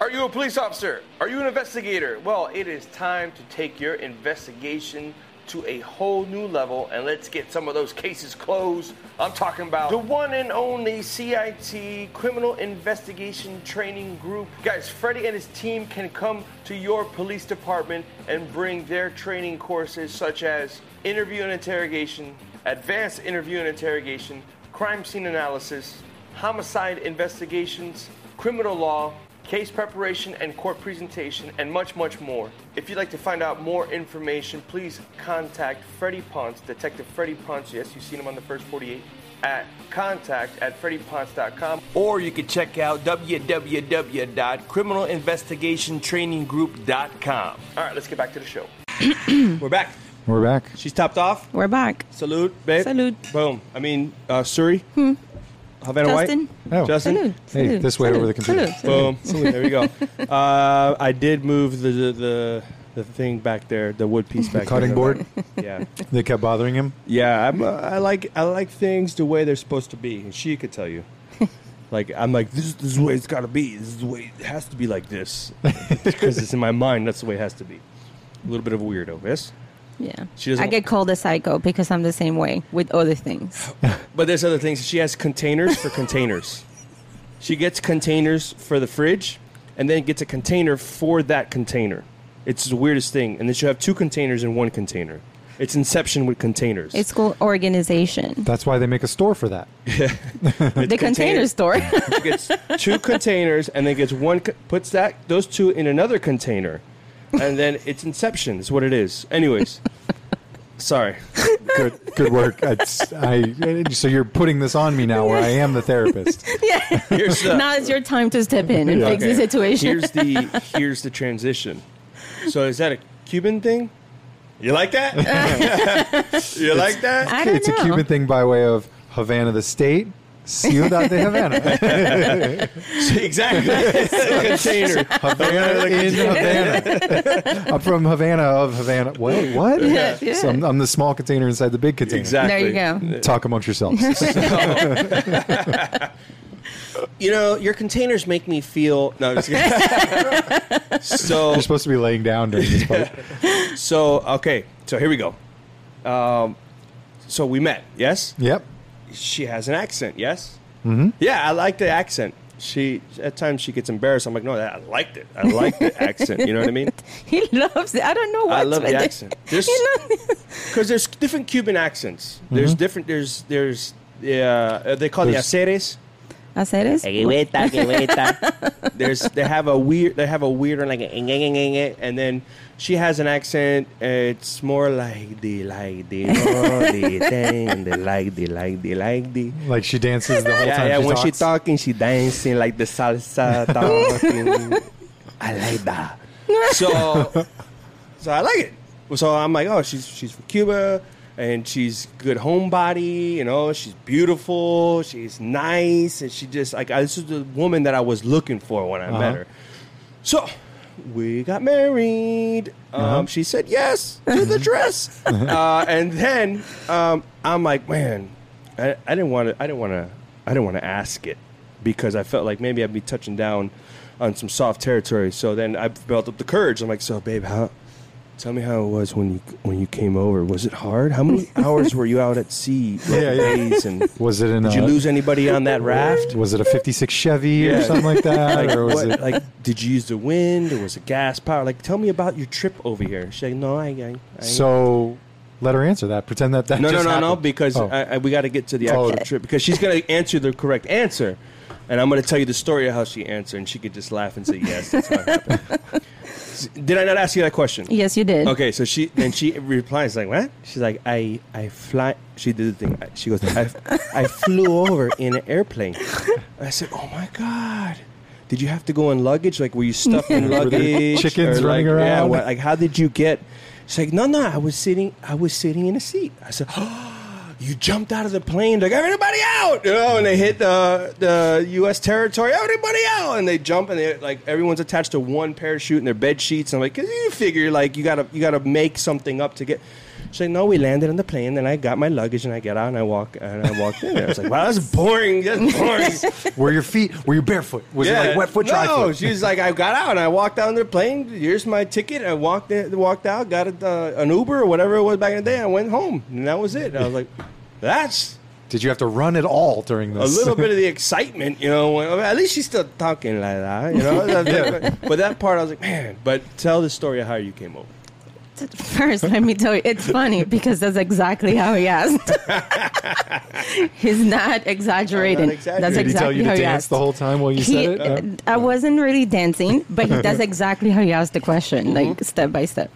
Speaker 6: Are you a police officer? Are you an investigator? Well, it is time to take your investigation to a whole new level and let's get some of those cases closed. I'm talking about the one and only CIT Criminal Investigation Training Group. Guys, Freddie and his team can come to your police department and bring their training courses such as interview and interrogation, advanced interview and interrogation, crime scene analysis, homicide investigations, criminal law, case preparation and court presentation, and much, much more. If you'd like to find out more information, please contact Freddie Ponce, Detective Freddie Ponce. Yes, you've seen him on the first 48 at contact at freddyponce.com or you can check out www.criminalinvestigationtraininggroup.com all right let's get back to the show
Speaker 2: We're back.
Speaker 3: We're back.
Speaker 2: She's topped off.
Speaker 4: We're back.
Speaker 2: Salute, babe.
Speaker 4: Salute.
Speaker 2: Boom. I mean, uh, Suri. Havana
Speaker 4: Justin.
Speaker 2: White.
Speaker 3: Oh.
Speaker 2: Justin.
Speaker 4: Salute.
Speaker 3: Hey,
Speaker 4: salute,
Speaker 3: this way over
Speaker 4: salute,
Speaker 3: the computer.
Speaker 4: salute.
Speaker 2: Boom. There we go. Uh, I did move the, the the the thing back there, the wood piece back.
Speaker 3: Cutting
Speaker 2: there.
Speaker 3: board?
Speaker 2: Yeah.
Speaker 3: They kept bothering him.
Speaker 2: Yeah. I'm, uh, I like I like things the way they're supposed to be, and she could tell you. Like I'm like this. This is the way it's got to be. This is the way it has to be like this because it's in my mind. That's the way it has to be. A little bit of a weirdo, yes.
Speaker 4: Yeah.
Speaker 2: She doesn't
Speaker 4: I get called a psycho because I'm the same way with other things.
Speaker 2: But there's other things. She has containers for containers. She gets containers for the fridge and then gets a container for that container. It's the weirdest thing. And then she'll have two containers in one container. It's inception with containers.
Speaker 4: It's called organization.
Speaker 3: That's why they make a store for that.
Speaker 4: the container
Speaker 2: containers.
Speaker 4: store.
Speaker 2: she gets two containers and then gets one co- puts that those two in another container. And then it's inception is what it is. Anyways. Sorry.
Speaker 3: Good, good work. I, I, so you're putting this on me now, where I am the therapist.
Speaker 2: Here's the,
Speaker 4: now it's your time to step in and fix the
Speaker 2: Okay.
Speaker 4: situation.
Speaker 2: Here's the here's the transition. So is that a Cuban thing? You like that? you like that?
Speaker 4: I don't
Speaker 3: it's
Speaker 4: know.
Speaker 3: a Cuban thing by way of Havana, the state, Ciudad de Havana,
Speaker 2: exactly. It's a container.
Speaker 3: Havana in Havana. I'm from Havana of Havana. What? What?
Speaker 4: Yeah, yeah.
Speaker 3: So I'm, I'm the small container inside the big container.
Speaker 4: There
Speaker 2: Exactly.
Speaker 4: you go.
Speaker 3: Talk amongst yourselves.
Speaker 2: You know, your containers make me feel. No, I'm just kidding. so
Speaker 3: You're supposed to be laying down during this part.
Speaker 2: so okay. So here we go. Um, so we met. Yes.
Speaker 3: Yep.
Speaker 2: she has an accent. Yes. Mm-hmm. Yeah, I like the accent. She at times she gets embarrassed. I'm like, no, I liked it. I like the accent. You know what I mean?
Speaker 4: He loves it. I don't know what.
Speaker 2: I love the accent. There's because there's different Cuban accents. There's different. There's there's yeah. Uh, they call the
Speaker 3: There's-
Speaker 2: aceres.
Speaker 4: I said this.
Speaker 5: Agueta, agueta.
Speaker 2: There's they have a weird. They have a weird like a, and then she has an accent. uh, It's more like the like the oh, the thing the like the like the like the.
Speaker 3: Like she dances the whole
Speaker 2: Yeah,
Speaker 3: time.
Speaker 2: yeah.
Speaker 3: she
Speaker 2: when she
Speaker 3: talks.
Speaker 2: talking, she dancing like the salsa. Talking. I like that. So, so I like it. So I'm like, oh, she's she's from Cuba, and she's good homebody. You know, she's beautiful. She's nice, and she just like I, this is the woman that I was looking for when I met
Speaker 3: Uh-huh.
Speaker 2: her. So. We got married. Um,
Speaker 3: Uh-huh.
Speaker 2: She said yes to the dress, uh, and then um, I'm like, man, I, I didn't want to. I didn't want to. I didn't want to ask it because I felt like maybe I'd be touching down on some soft territory. So then I built up the courage. I'm like, so babe, how? Tell me how it was when you when you came over. Was it hard? How many hours were you out at sea?
Speaker 3: Yeah, yeah.
Speaker 2: days And
Speaker 3: Was it in
Speaker 2: did
Speaker 3: a,
Speaker 2: you lose anybody on that raft?
Speaker 3: Was it a 56 Chevy
Speaker 2: Yeah.
Speaker 3: or something like that?
Speaker 2: Like,
Speaker 3: or was
Speaker 2: what-
Speaker 3: it
Speaker 2: like, did you use the wind or was it gas power? Like, tell me about your trip over here. She's like, no, I, I, I
Speaker 3: so let her answer that. Pretend that that
Speaker 2: No, no,
Speaker 3: just
Speaker 2: no, no,
Speaker 3: happened.
Speaker 2: because
Speaker 3: Oh.
Speaker 2: I, I, we got to get to the
Speaker 3: Oh.
Speaker 2: actual trip because she's going to answer the correct answer. And I'm going to tell you the story of how she answered, and she could just laugh and say, yes, that's not happening. Did I not ask you that question?
Speaker 4: Yes, you did.
Speaker 2: Okay, so she then she replies like what? She's like I I fly. She did the thing. She goes I I flew over in an airplane. I said, oh my god. Did you have to go in luggage? Like, were you stuffed in
Speaker 3: Were there
Speaker 2: luggage?
Speaker 3: chickens
Speaker 2: Or, like,
Speaker 3: running
Speaker 2: Yeah,
Speaker 3: around?
Speaker 2: what, like, how did you get? She's like, no, no, I was sitting, I was sitting in a seat. I said, oh, you jumped out of the plane, like everybody out, you know, and they hit the the U.S. territory, everybody out, and they jump, and they like everyone's attached to one parachute and their bed sheets. And I'm like, cause you figure like you gotta you gotta make something up to get. She's like, no, we landed on the plane, and I got my luggage, and I get out, and I walk, and I walked in. I was like, wow, that's boring, that's boring.
Speaker 3: Were your feet? Were you barefoot? Was it like wet foot,
Speaker 2: no,
Speaker 3: dry foot?
Speaker 2: she was like, I got out and I walked down the plane. Here's my ticket. I walked in, walked out, got a, uh, an Uber or whatever it was back in the day. I went home and that was it. I was like, that's
Speaker 3: Did you have to run at all during
Speaker 2: a
Speaker 3: this?
Speaker 2: little bit of the excitement, you know. when- at least she's still talking like that, you know. but, that part, I was like, man. But tell the story of how you came over.
Speaker 4: First, let me tell you, it's funny because that's exactly how he asked. He's not exaggerating.
Speaker 2: exaggerating.
Speaker 4: That's
Speaker 3: Did he tell
Speaker 4: exactly
Speaker 3: you
Speaker 4: how
Speaker 3: to
Speaker 4: he
Speaker 3: dance
Speaker 4: asked.
Speaker 3: the whole time while you
Speaker 4: He, uh,
Speaker 3: said Uh, it?
Speaker 4: I wasn't really dancing, but he, that's exactly how he asked the question,
Speaker 2: Mm-hmm.
Speaker 4: like step by step.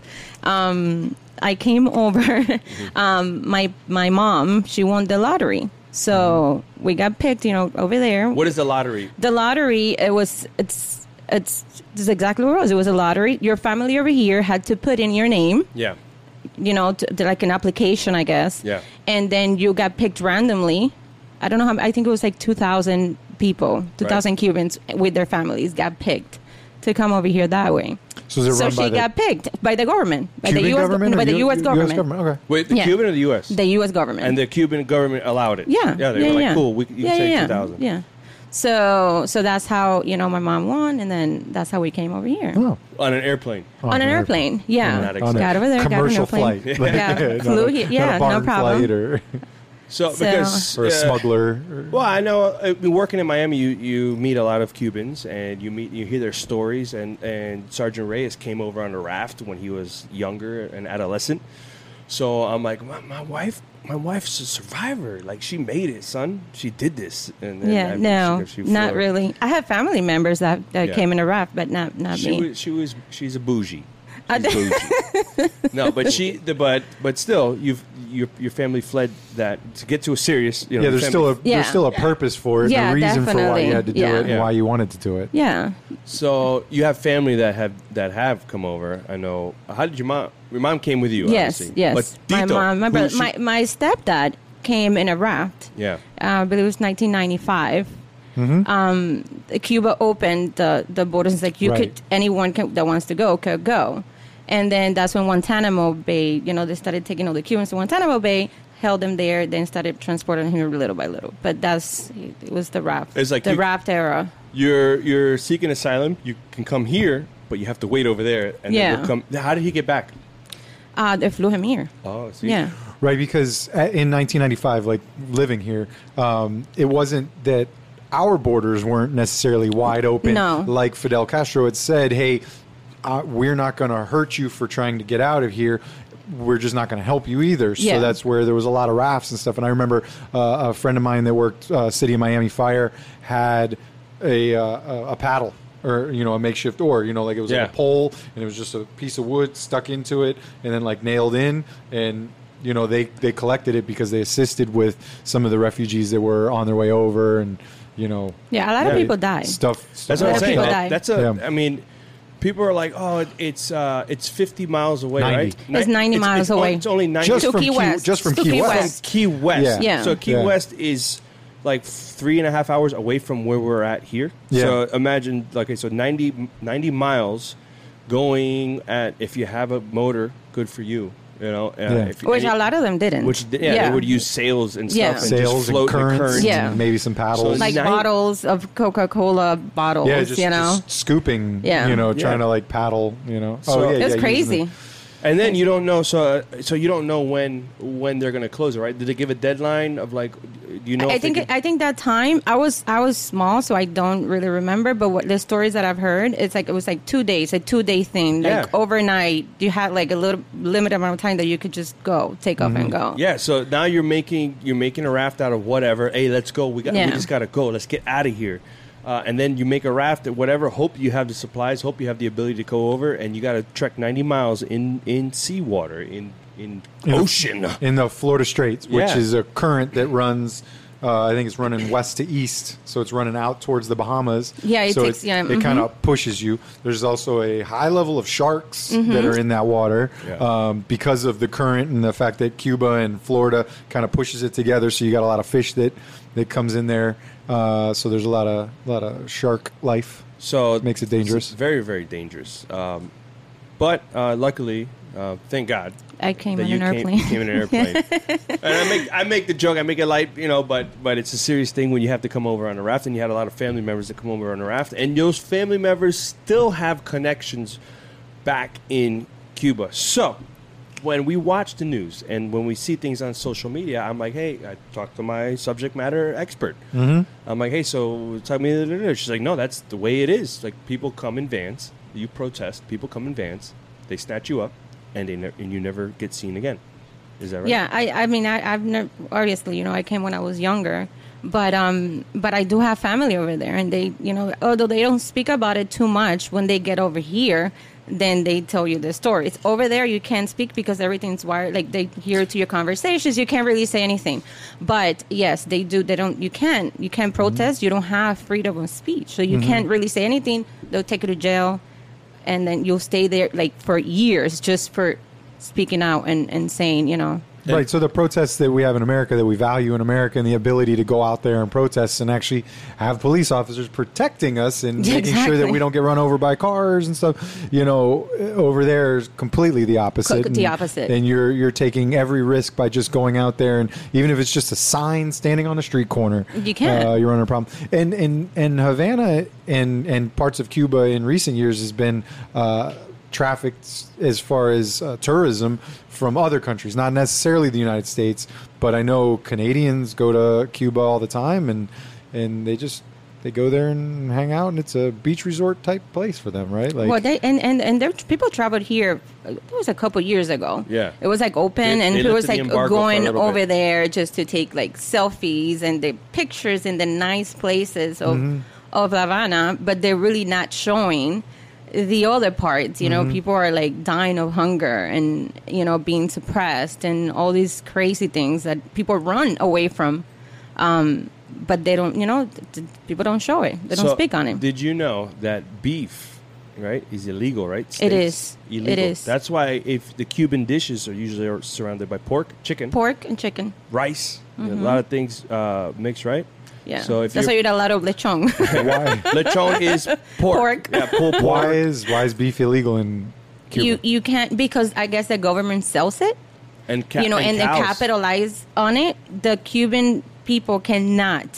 Speaker 4: Um, I came over.
Speaker 2: Mm-hmm.
Speaker 4: um, my my mom, she won the lottery, so we got picked. You know, over there.
Speaker 2: Mm-hmm. What is the lottery?
Speaker 4: The lottery. It was. It's. It's. This is exactly what it was. It was a lottery. Your family over here had to put in your name
Speaker 2: Yeah,
Speaker 4: you know, t- t- like an application, I guess.
Speaker 2: Yeah.
Speaker 4: And then you got picked randomly. I don't know how. I think it was like two thousand people, two thousand Cubans with their families got picked to come over here that way.
Speaker 3: So is it
Speaker 4: So
Speaker 3: run by
Speaker 4: she
Speaker 3: the
Speaker 4: got picked by the government, by
Speaker 3: Cuban
Speaker 4: the U.S.
Speaker 3: government?
Speaker 4: by
Speaker 3: or
Speaker 4: the
Speaker 3: U-
Speaker 4: U.S. government,
Speaker 3: Okay.
Speaker 2: wait, the
Speaker 4: Yeah.
Speaker 2: Cuban or the U.S.
Speaker 4: the U.S. government,
Speaker 2: and the Cuban government allowed it.
Speaker 4: yeah,
Speaker 2: yeah, they were like, cool. We you can take two thousand.
Speaker 4: yeah. So, so that's how you know my mom won, and then that's how we came over here
Speaker 3: Oh.
Speaker 2: on an airplane.
Speaker 4: on an airplane. Yeah,
Speaker 2: Not
Speaker 3: On a
Speaker 4: got over there,
Speaker 3: commercial
Speaker 4: got an airplane.
Speaker 3: flight.
Speaker 4: Yeah, flew here. Yeah, no problem.
Speaker 3: Flight or,
Speaker 2: So,
Speaker 4: So-
Speaker 2: because
Speaker 3: or a
Speaker 2: uh,
Speaker 3: smuggler. or-
Speaker 2: Well, I know. I mean, working in Miami, you, you meet a lot of Cubans, and you meet you hear their stories. And, and Sergeant Reyes came over on a raft when he was younger, an adolescent. So I'm like, my, my wife, my wife's a survivor. Like she made it, son. She did this. And then, I
Speaker 4: Yeah,
Speaker 2: mean,
Speaker 4: no,
Speaker 2: she- she
Speaker 4: not
Speaker 2: flew-
Speaker 4: really. I have family members that, that
Speaker 2: Yeah.
Speaker 4: came in a raft, but not not
Speaker 2: She
Speaker 4: me.
Speaker 2: was, she was, she's a bougie.
Speaker 4: I
Speaker 2: She's bougie. no, but she, the, but but still, you've your your family fled that to get to a serious. You know,
Speaker 3: yeah,
Speaker 2: your
Speaker 3: there's
Speaker 2: family-
Speaker 3: still a
Speaker 4: Yeah.
Speaker 3: there's still a purpose for it, and
Speaker 4: Yeah,
Speaker 3: a reason for why
Speaker 4: definitely.
Speaker 3: you had to do
Speaker 4: Yeah.
Speaker 3: it, and
Speaker 2: Yeah.
Speaker 3: why you wanted to do it.
Speaker 4: yeah,
Speaker 2: So you have family that have that have come over. I know. How did your mom? Your mom came with you.
Speaker 4: yes,
Speaker 2: obviously.
Speaker 4: yes.
Speaker 2: But Tito,
Speaker 4: my mom, my
Speaker 2: who
Speaker 4: brother,
Speaker 2: she-
Speaker 4: my, my stepdad came in a raft.
Speaker 2: yeah.
Speaker 4: uh, I believe it was 1995.
Speaker 2: Mm-hmm.
Speaker 4: Um, the Cuba opened the the borders like you
Speaker 3: Right.
Speaker 4: could anyone can, that wants to go could go, and then that's when Guantanamo Bay, you know, they started taking all the Cubans to Guantanamo Bay, held them there, then started transporting him little by little. But that's it was the raft.
Speaker 2: It's like
Speaker 4: the
Speaker 2: you-
Speaker 4: raft era.
Speaker 2: You're you're seeking asylum. You can come here, but you have to wait over there. And
Speaker 4: Yeah.
Speaker 2: Then we'll come. How did he get back?
Speaker 4: Uh, they flew him here.
Speaker 2: Oh, see.
Speaker 4: Yeah.
Speaker 3: right? Because a- in 1995, like living here, um, it wasn't that our borders weren't necessarily wide open.
Speaker 4: No.
Speaker 3: Like Fidel Castro had said, hey, uh, we're not going to hurt you for trying to get out of here. We're just not going to help you either. So
Speaker 4: Yeah.
Speaker 3: that's where there was a lot of rafts and stuff. And I remember uh, a friend of mine that worked uh, City of Miami Fire had a, uh, a- a paddle. Or you know a makeshift oar, you know, like it was
Speaker 2: Yeah.
Speaker 3: like a pole, and it was just a piece of wood stuck into it, and then like nailed in, and you know they they collected it because they assisted with some of the refugees that were on their way over, and you know,
Speaker 4: Yeah, a lot of
Speaker 2: Yeah.
Speaker 4: people died.
Speaker 3: stuff.
Speaker 2: That's what
Speaker 4: A lot
Speaker 2: I'm
Speaker 4: of
Speaker 2: saying.
Speaker 4: people
Speaker 2: That-
Speaker 4: die.
Speaker 2: that's a. I
Speaker 3: Yeah.
Speaker 2: mean, people are like, oh, it, it's uh, it's 50 miles away,
Speaker 3: 90.
Speaker 2: right?
Speaker 3: It's
Speaker 2: Ni-
Speaker 4: 90 miles
Speaker 2: on-
Speaker 4: away.
Speaker 2: It's only 90.
Speaker 3: Just
Speaker 4: To
Speaker 3: from
Speaker 4: Key
Speaker 3: Key-
Speaker 4: West.
Speaker 3: just from
Speaker 4: To
Speaker 3: Key West.
Speaker 2: from Key West.
Speaker 3: Yeah.
Speaker 4: Yeah.
Speaker 2: So Key
Speaker 3: Yeah.
Speaker 2: West is like three and a half hours away from where we're at here.
Speaker 3: Yeah.
Speaker 2: So imagine, like, okay, so 90, 90 miles going at, if you have a motor, good for you. You know, uh, if you,
Speaker 4: Which
Speaker 2: any-
Speaker 4: a lot of them didn't.
Speaker 2: which yeah, they would use sails and stuff,
Speaker 4: Yeah.
Speaker 2: and just
Speaker 3: Sails and
Speaker 2: float in the
Speaker 3: currents,
Speaker 2: current.
Speaker 4: Yeah.
Speaker 3: and maybe some paddles.
Speaker 2: So
Speaker 4: like
Speaker 2: Nine-
Speaker 4: bottles of Coca Cola bottles.
Speaker 3: yeah, just,
Speaker 4: you know,
Speaker 3: just scooping.
Speaker 4: Yeah.
Speaker 3: you know, trying
Speaker 2: Yeah.
Speaker 3: to like paddle. You know, Oh,
Speaker 2: So-
Speaker 3: yeah,
Speaker 4: it's
Speaker 3: yeah, using
Speaker 4: crazy.
Speaker 3: the-
Speaker 2: And then you don't know, so uh, so you don't know when when they're gonna close it, right? Did they give a deadline of like, do you know?
Speaker 4: I
Speaker 2: if they
Speaker 4: think
Speaker 2: could-
Speaker 4: I think that time I was I was small, so I don't really remember. But what the stories that I've heard, it's like it was like two days, a two day thing. Like
Speaker 2: Yeah.
Speaker 4: overnight, you had like a little limited amount of time that you could just go take off
Speaker 3: Mm-hmm.
Speaker 4: and go.
Speaker 2: yeah. So now you're making you're making a raft out of whatever. Hey, let's go. We got we
Speaker 4: Yeah.
Speaker 2: just gotta go. Let's get out of here. Uh, and then you make a raft at whatever. Hope you have the supplies. Hope you have the ability to go over. And you got to trek ninety miles in in seawater in in ocean.
Speaker 3: in the Florida Straits, which
Speaker 2: Yeah.
Speaker 3: is a current that runs. Uh, I think it's running west to east, so it's running out towards the Bahamas.
Speaker 4: Yeah, it
Speaker 3: so
Speaker 4: takes- yeah, mm-hmm.
Speaker 3: it kind of pushes you. There's also a high level of sharks
Speaker 4: Mm-hmm.
Speaker 3: that are in that water
Speaker 2: Yeah.
Speaker 3: um, because of the current and the fact that Cuba and Florida kind of pushes it together. So you got a lot of fish that that comes in there. Uh, so there's a lot of lot of shark life.
Speaker 2: So it
Speaker 3: Makes it dangerous.
Speaker 2: very, very dangerous. Um, but uh, luckily, uh, thank God,
Speaker 4: I came
Speaker 2: that
Speaker 4: in
Speaker 2: you
Speaker 4: an
Speaker 2: came,
Speaker 4: airplane.
Speaker 2: you came in an airplane. and I make I make the joke, I make it light, you know, but but it's a serious thing when you have to come over on a raft, and you had a lot of family members that come over on a raft, and those family members still have connections back in Cuba. So when we watch the news and when we see things on social media, I'm like, hey, I talked to my subject matter expert. Mm-hmm. I'm like, hey, so tell me. da- da- da." She's like, no, that's the way it is. Like people come in vans, you protest, people come in vans, they snatch you up, and they ne- and you never get seen again. Is that right?
Speaker 4: Yeah, I, I mean, I, I've never, obviously, you know, I came when I was younger, but um, but I do have family over there, and they, you know, although they don't speak about it too much, when they get over here, then they tell you the story. It's over there you can't speak because everything's wired. Like they hear to your conversations, you can't really say anything. But yes, they do. They don't. You can't. You can't protest. You don't have freedom of speech, so you can't really say anything. They'll take you to jail and then you'll stay there like for years just for speaking out and, and saying, you know,
Speaker 3: Right. So the protests that we have in America, that we value in America, and the ability to go out there and protest and actually have police officers protecting us and
Speaker 4: Yeah,
Speaker 3: making sure that
Speaker 4: exactly.
Speaker 3: we don't get run over by cars and stuff. You know, over there is completely the opposite.
Speaker 4: Co- the
Speaker 3: and-
Speaker 4: opposite.
Speaker 3: And you're you're taking every risk by just going out there and even if it's just a sign standing on a street corner,
Speaker 4: You can't.
Speaker 3: Uh, you're on a problem. And and and Havana and and parts of Cuba in recent years has been uh, trafficked as far as uh, tourism from other countries, not necessarily the United States. But I know Canadians go to Cuba all the time, and and they just they go there and hang out, and it's a beach resort type place for them, right? Like
Speaker 4: well, they and and and there people traveled here. uh, It was a couple years ago.
Speaker 2: Yeah.
Speaker 4: it was like open,
Speaker 2: They-
Speaker 4: and
Speaker 2: they
Speaker 4: people was
Speaker 2: lifted the
Speaker 4: like
Speaker 2: embargo for a
Speaker 4: going
Speaker 2: little bit.
Speaker 4: over there just to take like selfies and the pictures in the nice places of
Speaker 2: Mm-hmm.
Speaker 4: of Havana, but they're really not showing the other parts. You
Speaker 2: Mm-hmm.
Speaker 4: know, people are like dying of hunger and you know being suppressed and all these crazy things that people run away from. Um, but they don't, you know, th- th- people don't show it. They don't
Speaker 2: So,
Speaker 4: speak on it.
Speaker 2: Did you know that beef, right, is illegal, right?
Speaker 4: It
Speaker 2: States,
Speaker 4: is. It
Speaker 2: Illegal.
Speaker 4: is.
Speaker 2: That's why if the Cuban dishes are usually surrounded by pork, chicken,
Speaker 4: Pork and chicken.
Speaker 2: rice, you know, a lot of things uh, mixed, right?
Speaker 4: Mm-hmm. Yeah.
Speaker 2: So if
Speaker 4: that's
Speaker 2: you're,
Speaker 4: why you eat a lot of lechon.
Speaker 3: why
Speaker 2: lechon is pork.
Speaker 4: Pork.
Speaker 2: Yeah, pulled pork.
Speaker 3: why is why is beef illegal in Cuba?
Speaker 4: you you can't because I guess the government sells it,
Speaker 2: and ca-
Speaker 4: you know, and, they
Speaker 2: cows.
Speaker 4: capitalize on it. The Cuban people cannot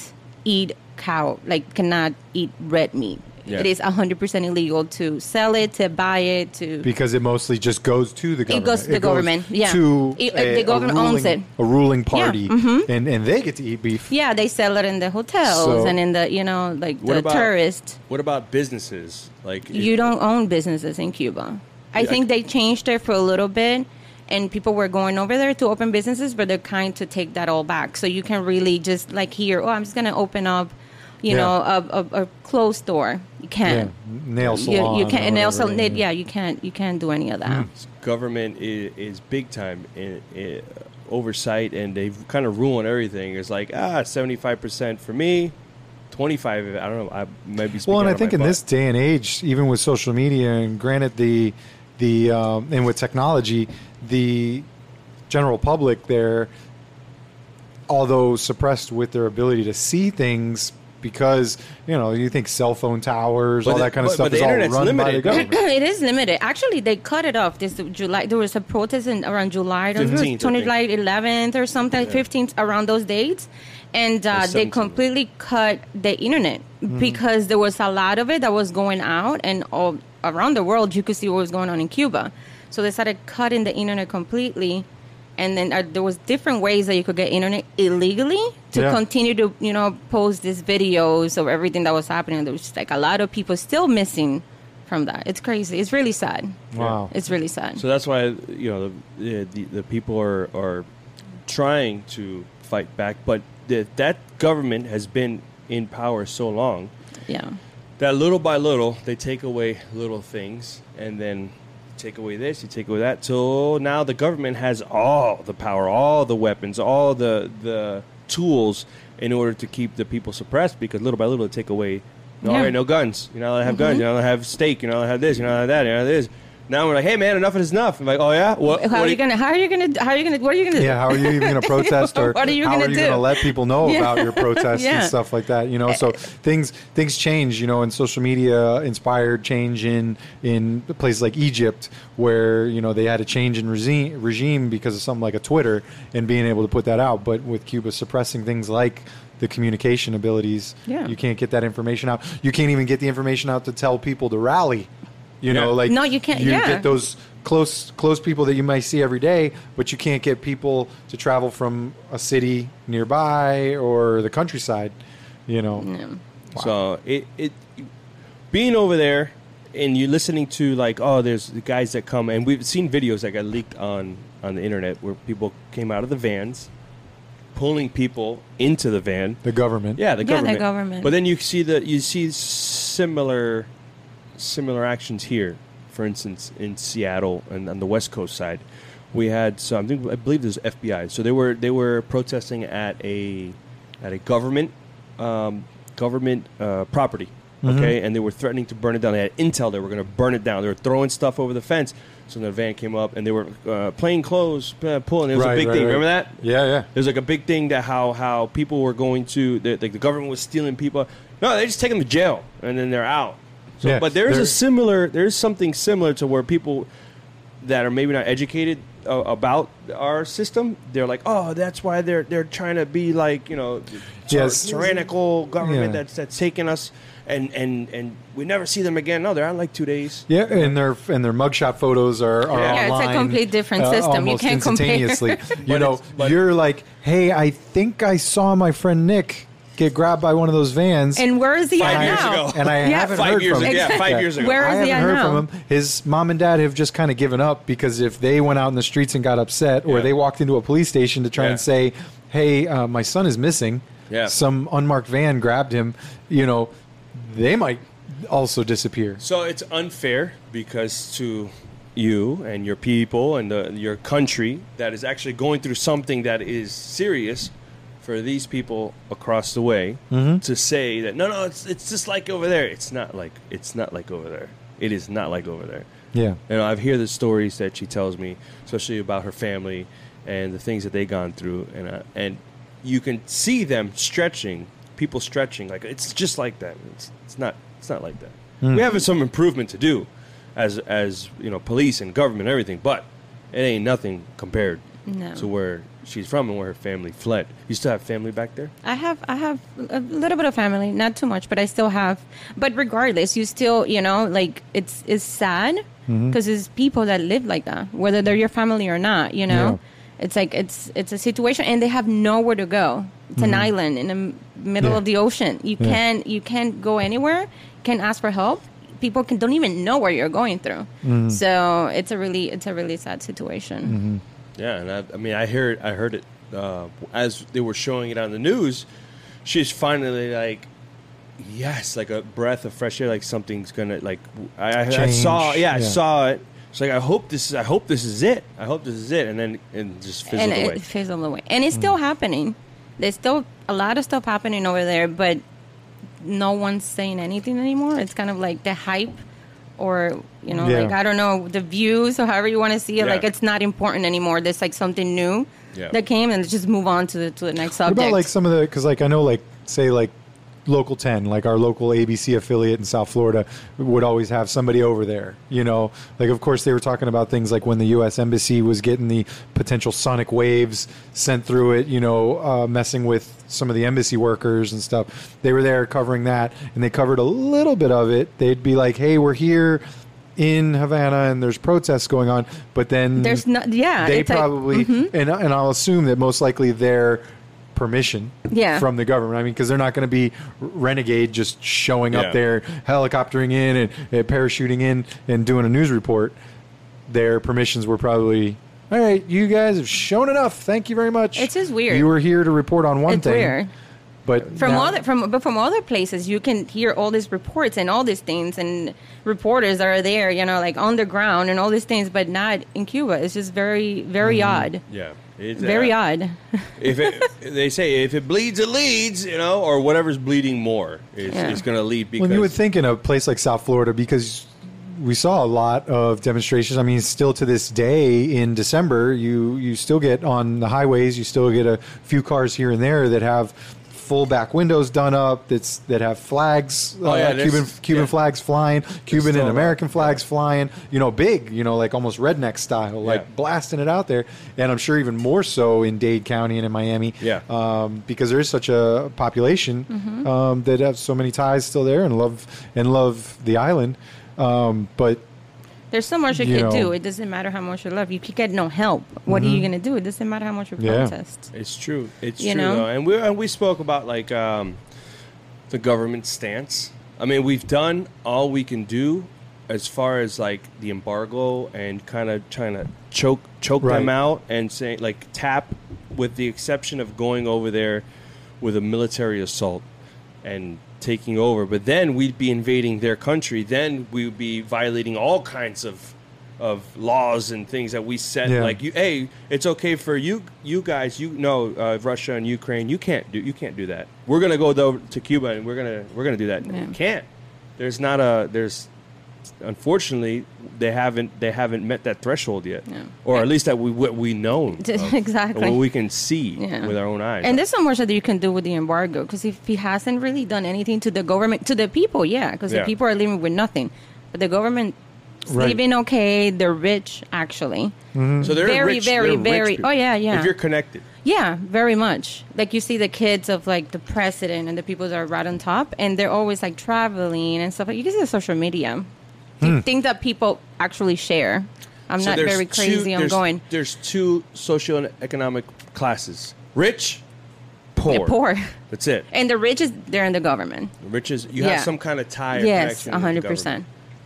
Speaker 4: eat cow, like cannot eat red meat.
Speaker 2: Yeah.
Speaker 4: It is hundred percent illegal to sell it, to buy it, to
Speaker 3: because it mostly just goes to the government.
Speaker 4: goes to the government, yeah.
Speaker 3: to
Speaker 4: It- uh, the government
Speaker 3: ruling,
Speaker 4: owns it.
Speaker 3: A ruling party,
Speaker 4: mhm.
Speaker 3: and and they get to eat beef.
Speaker 4: yeah, they sell it in the hotels
Speaker 3: So-
Speaker 4: and in the you know like
Speaker 2: What
Speaker 4: the
Speaker 2: about-
Speaker 4: tourist.
Speaker 2: What about businesses? Like
Speaker 4: you
Speaker 2: if-
Speaker 4: don't own businesses in Cuba. I
Speaker 2: Yeah, I-
Speaker 4: think they changed it for a little bit, and people were going over there to open businesses, but they're kind to take that all back. So you can really just like here, oh, I'm just gonna open up, you
Speaker 3: Yeah.
Speaker 4: know, a, a, a closed store. You can't.
Speaker 3: nail salon.
Speaker 4: You, you can't.
Speaker 3: or
Speaker 4: And they also,
Speaker 3: whatever,
Speaker 4: need- yeah, you can't. You can't do any of that.
Speaker 2: government is, is big time in, in oversight and they've kind of ruined everything. It's like, ah, 75% for me, 25 I don't know, I might be speaking
Speaker 3: Well, and
Speaker 2: out
Speaker 3: I
Speaker 2: of
Speaker 3: think
Speaker 2: my
Speaker 3: in
Speaker 2: butt.
Speaker 3: this day and age, even with social media, and granted the the um, and with technology, the general public there, although suppressed with their ability to see things. Because you know, you think cell phone towers,
Speaker 2: But
Speaker 3: all
Speaker 2: the-
Speaker 3: that kind of
Speaker 2: but-
Speaker 3: stuff
Speaker 2: but the
Speaker 3: is all
Speaker 2: internet's
Speaker 3: run by the
Speaker 2: limited.
Speaker 3: government.
Speaker 4: it is limited. Actually, they cut it off this July. There was a protest in, around July,
Speaker 2: 15th, I
Speaker 4: twenty
Speaker 2: think.
Speaker 4: July eleventh or something, fifteenth around those dates, and uh, they
Speaker 2: 17th.
Speaker 4: completely cut the internet
Speaker 2: Hmm.
Speaker 4: because there was a lot of it that was going out and all around the world. You could see what was going on in Cuba. So they started cutting the internet completely. And then uh, there was different ways that you could get internet illegally to
Speaker 3: Yeah.
Speaker 4: continue to, you know, post these videos of everything that was happening. There was just like a lot of people still missing from that. It's crazy. It's really sad.
Speaker 3: Wow.
Speaker 4: It's really sad.
Speaker 2: So that's why you know the the, the people are are trying to fight back, but the, that government has been in power so long
Speaker 4: yeah.
Speaker 2: that little by little they take away little things, and then you take away this, you take away that. So now the government has all the power, all the weapons, all the the tools in order to keep the people suppressed because little by little they take away. No,
Speaker 4: Yeah. Mm-hmm.
Speaker 2: all right, no guns. You're not allowed to have guns. You're not allowed to have steak. You're not allowed to have this. You're not allowed to have that. You're not allowed to this. Now we're like, hey man, enough is enough. I'm like, oh yeah, what?
Speaker 4: How
Speaker 2: what
Speaker 4: are
Speaker 2: do
Speaker 4: you gonna? How are you gonna? How are you gonna? What are you gonna? do?
Speaker 3: Yeah, how are you even going to protest or
Speaker 4: What are you
Speaker 3: how
Speaker 4: gonna
Speaker 3: are you
Speaker 4: do?
Speaker 3: going to let people know
Speaker 4: Yeah.
Speaker 3: about your protests
Speaker 4: Yeah.
Speaker 3: and stuff like that? You know, so things things change. You know, and social media inspired change in in places like Egypt, where you know they had a change in regime regime because of something like a Twitter and being able to put that out. But with Cuba suppressing things like the communication abilities,
Speaker 4: Yeah.
Speaker 3: you can't get that information out. You can't even get the information out to tell people to rally. You know,
Speaker 2: Yeah.
Speaker 3: like
Speaker 4: No, you can't- yeah.
Speaker 3: get those those close close people that you might see every day, but you can't get people to travel from a city nearby or the countryside. You know,
Speaker 2: So it it being over there and you're listening to like oh there's the guys that come and we've seen videos that got leaked on on the internet where people came out of the vans pulling people into the van
Speaker 3: the government.
Speaker 2: yeah the
Speaker 4: Yeah, the
Speaker 2: government
Speaker 4: government.
Speaker 2: but then you see the you see similar similar actions here for instance in Seattle and on the west coast side we had some I, think, I believe there's FBI so they were they were protesting at a at a government um, government uh, property
Speaker 3: Mm-hmm.
Speaker 2: okay and they were threatening to burn it down they had intel they were going to burn it down they were throwing stuff over the fence so the van came up and they were uh, plain clothes uh, pulling it was a
Speaker 3: Right,
Speaker 2: big
Speaker 3: right,
Speaker 2: thing
Speaker 3: right.
Speaker 2: remember that
Speaker 3: Yeah, yeah.
Speaker 2: there's like a big thing that how how people were going to that like the government was stealing people. No, they just take them to jail and then they're out. So,
Speaker 3: Yeah,
Speaker 2: but there is
Speaker 3: they're-
Speaker 2: a similar there is something similar to where people that are maybe not educated uh, about our system, they're like, oh, that's why they're they're trying to be like you know, ty-
Speaker 3: Yes.
Speaker 2: tyrannical government
Speaker 3: Yeah.
Speaker 2: that's that's taking us. And, and and we never see them again. No, they're out like two days.
Speaker 3: Yeah, and their and their mugshot photos are, are
Speaker 2: Yeah.
Speaker 4: Yeah, it's a
Speaker 3: online, uh,
Speaker 4: complete different system. You
Speaker 3: almost
Speaker 4: can't compare.
Speaker 3: instantaneously. you
Speaker 2: But
Speaker 3: know,
Speaker 2: it's- but-
Speaker 3: you're like, hey, I think I saw my friend Nick get grabbed by one of those vans,
Speaker 4: And where is he
Speaker 2: Five
Speaker 4: at
Speaker 2: years
Speaker 4: now?
Speaker 2: ago.
Speaker 3: and I
Speaker 4: Yeah.
Speaker 3: haven't
Speaker 2: Five
Speaker 3: heard
Speaker 2: years
Speaker 3: from
Speaker 2: ago.
Speaker 3: him.
Speaker 2: Yeah, five years ago.
Speaker 4: Where
Speaker 3: I
Speaker 4: is
Speaker 3: haven't
Speaker 4: he at
Speaker 3: heard
Speaker 4: now?
Speaker 3: from him. His mom and dad have just kind of given up because if they went out in the streets and got upset, or
Speaker 2: Yeah.
Speaker 3: they walked into a police station to try
Speaker 2: Yeah.
Speaker 3: and say, "Hey, uh, my son is missing,"
Speaker 2: Yeah.
Speaker 3: some unmarked van grabbed him, you know, they might also disappear.
Speaker 2: So it's unfair because to you and your people and the, your country that is actually going through something that is serious for these people across the way to say that no no it's it's just like over there it's not like it's not like over there it is not like over there
Speaker 3: Yeah.
Speaker 2: and I've hear the stories that she tells me especially about her family and the things that they gone through and uh, and you can see them stretching people stretching like it's just like that it's, it's not it's not like that we have some improvement to do as as you know police and government and everything but it ain't nothing compared
Speaker 4: No.
Speaker 2: to where she's from and where her family fled you still have family back there
Speaker 4: I have I have a little bit of family, not too much, but I still have. But regardless, you still you know like it's it's sad
Speaker 3: Mm-hmm.
Speaker 4: because it's people that live like that, whether they're your family or not. You know, it's like it's it's a situation, and they have nowhere to go. It's an island in the m- middle
Speaker 3: Mm-hmm. Yeah.
Speaker 4: of the ocean. You
Speaker 3: Yeah.
Speaker 4: can you can't go anywhere. You can't ask for help. People can, don't even know where you're going through.
Speaker 3: Mm-hmm.
Speaker 4: So it's a really it's a really sad situation.
Speaker 2: Yeah, and I, I mean, I heard, I heard it uh, as they were showing it on the news. She's finally like, yes, like a breath of fresh air, like something's gonna like. I, I, I
Speaker 3: Change,
Speaker 2: saw, yeah, I
Speaker 3: yeah.
Speaker 2: saw it. It's like I hope this is, I hope this is it. I hope this is it, and then and just fizzled
Speaker 4: and
Speaker 2: away.
Speaker 4: it fizzled away. And it's
Speaker 3: Hmm.
Speaker 4: still happening. There's still a lot of stuff happening over there, but no one's saying anything anymore. It's kind of like the hype, or you know,
Speaker 3: Yeah.
Speaker 4: like I don't know, the views or however you want to see it.
Speaker 2: Yeah.
Speaker 4: Like it's not important anymore. There's like something new
Speaker 2: Yeah.
Speaker 4: that came, and just move on to the to the next
Speaker 3: What
Speaker 4: subject.
Speaker 3: about like some of the? Because like I know, like say like local 10 like our local abc affiliate in south florida would always have somebody over there you know like of course they were talking about things like when the us embassy was getting the potential sonic waves sent through it you know uh, messing with some of the embassy workers and stuff they were there covering that and they covered a little bit of it they'd be like hey we're here in Havana and there's protests going on, but then
Speaker 4: There's not- yeah,
Speaker 3: they
Speaker 4: Uh, it's like- mm-hmm.
Speaker 3: probably and and I'll assume that most likely their permission
Speaker 4: Yeah.
Speaker 3: from the government. I mean, because they're not going to be renegade just showing
Speaker 2: Yeah.
Speaker 3: up there, helicoptering in and, and parachuting in and doing a news report. Their permissions were probably. All right, you guys have shown enough. Thank you very much.
Speaker 4: It's just weird.
Speaker 3: You were here to report on one
Speaker 4: It's
Speaker 3: thing,
Speaker 4: weird.
Speaker 3: but
Speaker 4: From
Speaker 3: now-
Speaker 4: other from but from other places, you can hear all these reports and all these things, and reporters are there, you know, like on the ground and all these things, but not in Cuba. It's just very very
Speaker 3: Mm-hmm.
Speaker 4: odd,
Speaker 2: Yeah. It's,
Speaker 4: very
Speaker 2: uh,
Speaker 4: odd.
Speaker 2: if it, they say if it bleeds, it leads, you know, or whatever's bleeding more is,
Speaker 4: Yeah.
Speaker 2: is going to lead because
Speaker 3: Well, you would think in a place like South Florida, because we saw a lot of demonstrations. I mean, still to this day in December, you you still get on the highways. You still get a few cars here and there that have full back windows done up. That's that have flags, uh,
Speaker 2: Oh, yeah, there's-
Speaker 3: Cuban Cuban
Speaker 2: yeah.
Speaker 3: flags flying, Cuban
Speaker 2: still a
Speaker 3: and
Speaker 2: lot,
Speaker 3: American flags flying. You know, big. You know, like almost redneck style, like
Speaker 2: Yeah.
Speaker 3: blasting it out there. And I'm sure even more so in Dade County and in Miami
Speaker 2: Yeah.
Speaker 3: um, because there is such a population
Speaker 4: Mm-hmm.
Speaker 3: um, that have so many ties still there and love and love the island. Um, but
Speaker 4: There's so much you,
Speaker 3: you
Speaker 4: can
Speaker 3: know.
Speaker 4: do. It doesn't matter how much you love. You can get no help. What are you gonna do? It doesn't matter how much you
Speaker 3: Mm-hmm. Yeah.
Speaker 4: protest.
Speaker 2: It's true. It's
Speaker 4: You
Speaker 2: true.
Speaker 4: know?
Speaker 2: Though. And we and we spoke about like um, the government stance. I mean, we've done all we can do as far as like the embargo and kind of trying to choke choke them
Speaker 3: Right.
Speaker 2: out and say like tap, with the exception of going over there with a military assault and taking over. But then we'd be invading their country. Then we'd be violating all kinds of of laws and things that we set
Speaker 3: Yeah.
Speaker 2: like you hey it's okay for you you guys you know uh, russia and ukraine you can't do you can't do that we're gonna go though to cuba and we're gonna we're gonna do that
Speaker 4: Yeah.
Speaker 2: you can't there's not a there's unfortunately they haven't they haven't met that threshold yet
Speaker 4: Yeah.
Speaker 2: or at least that we what we know of,
Speaker 4: Exactly.
Speaker 2: or what we can see
Speaker 4: Yeah.
Speaker 2: with our own eyes
Speaker 4: And there's so much that you can do with the embargo because if he hasn't really done anything to the government, to the people, yeah, because
Speaker 2: Yeah.
Speaker 4: the people are living with nothing, but the government is
Speaker 3: Right. Mm-hmm.
Speaker 4: living okay. They're rich, actually.
Speaker 2: so they're
Speaker 4: very,
Speaker 2: rich-
Speaker 4: very,
Speaker 2: they're rich
Speaker 4: very-
Speaker 2: people.
Speaker 4: oh, yeah, yeah.
Speaker 2: if you're connected
Speaker 4: Yeah, very much. Like you see the kids of like the president and the people that are right on top, and they're always like traveling and stuff. You can see the social media. Do You think that people actually share? I'm
Speaker 2: Hmm. So
Speaker 4: not
Speaker 2: there's
Speaker 4: very
Speaker 2: two-
Speaker 4: crazy. I'm
Speaker 2: there's-
Speaker 4: going
Speaker 2: There's two social and economic classes: rich, poor.
Speaker 4: Yeah, poor.
Speaker 2: That's it.
Speaker 4: And the rich is they're in the government.
Speaker 2: The rich is you
Speaker 4: Yeah.
Speaker 2: have some kind of tie. Or
Speaker 4: Yes,
Speaker 2: connection with the
Speaker 4: hundred percent.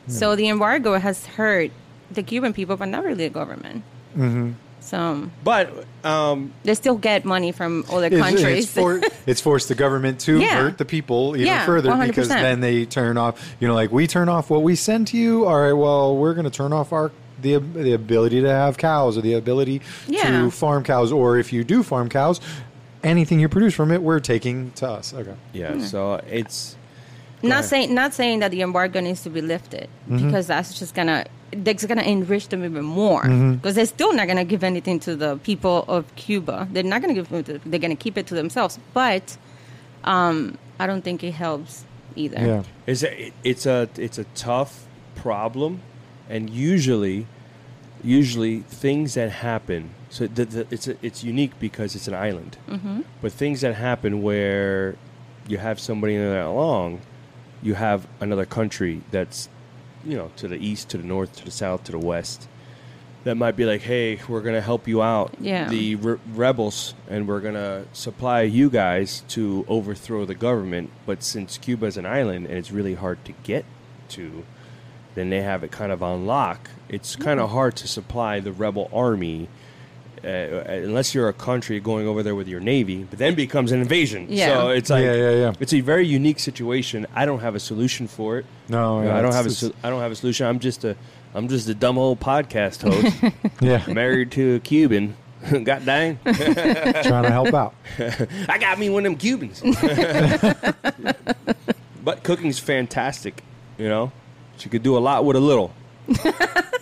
Speaker 4: So the embargo has hurt the Cuban people, but not really the government. Mm-hmm. So
Speaker 2: government. But um,
Speaker 4: they still get money from other
Speaker 3: it's,
Speaker 4: countries.
Speaker 3: it's, for, it's forced the government to
Speaker 4: Yeah.
Speaker 3: hurt the people even
Speaker 4: Yeah,
Speaker 3: further because
Speaker 4: 100%.
Speaker 3: then they turn off. You know, like we turn off what we send to you. All right, well, we're going to turn off our the the ability to have cows or the ability
Speaker 4: Yeah.
Speaker 3: to farm cows, or if you do farm cows, anything you produce from it, we're taking to us. Okay.
Speaker 4: Hmm.
Speaker 2: yeah, so it's
Speaker 4: not saying not saying that the embargo needs to be lifted because that's just gonna that's gonna enrich them even more because they're still not gonna give anything to the people of Cuba. They're not gonna give. it to- They're gonna keep it to themselves. But um, I don't think it helps either.
Speaker 3: Yeah.
Speaker 2: it's a, it- it's a it's a tough problem, and usually, usually things that happen. So the, the, it's a, it's unique because it's an island, but things that happen where you have somebody in there that long, you have another country that's, you know, to the east, to the north, to the south, to the west, that might be like, hey, we're gonna help you out,
Speaker 4: Yeah.
Speaker 2: the re- rebels, and we're gonna supply you guys to overthrow the government. But since Cuba's an island and it's really hard to get to, then they have it kind of on lock. It's kind of hard to supply the rebel army. Uh, unless you're a country going over there with your navy, but then becomes an invasion.
Speaker 4: Yeah.
Speaker 2: So it's like
Speaker 3: Yeah, yeah, yeah.
Speaker 2: it's a very unique situation. I don't have a solution for it.
Speaker 3: No,
Speaker 2: You know, I
Speaker 3: yeah,
Speaker 2: don't
Speaker 3: it's-
Speaker 2: have a
Speaker 3: it's-
Speaker 2: sol- I don't have a solution. I'm just a I'm just a dumb old podcast host,
Speaker 3: Yeah.
Speaker 2: married to a Cuban. God dang,
Speaker 3: trying to help out.
Speaker 2: I got me one of them Cubans. but cooking's fantastic. You know, she could do a lot with a little.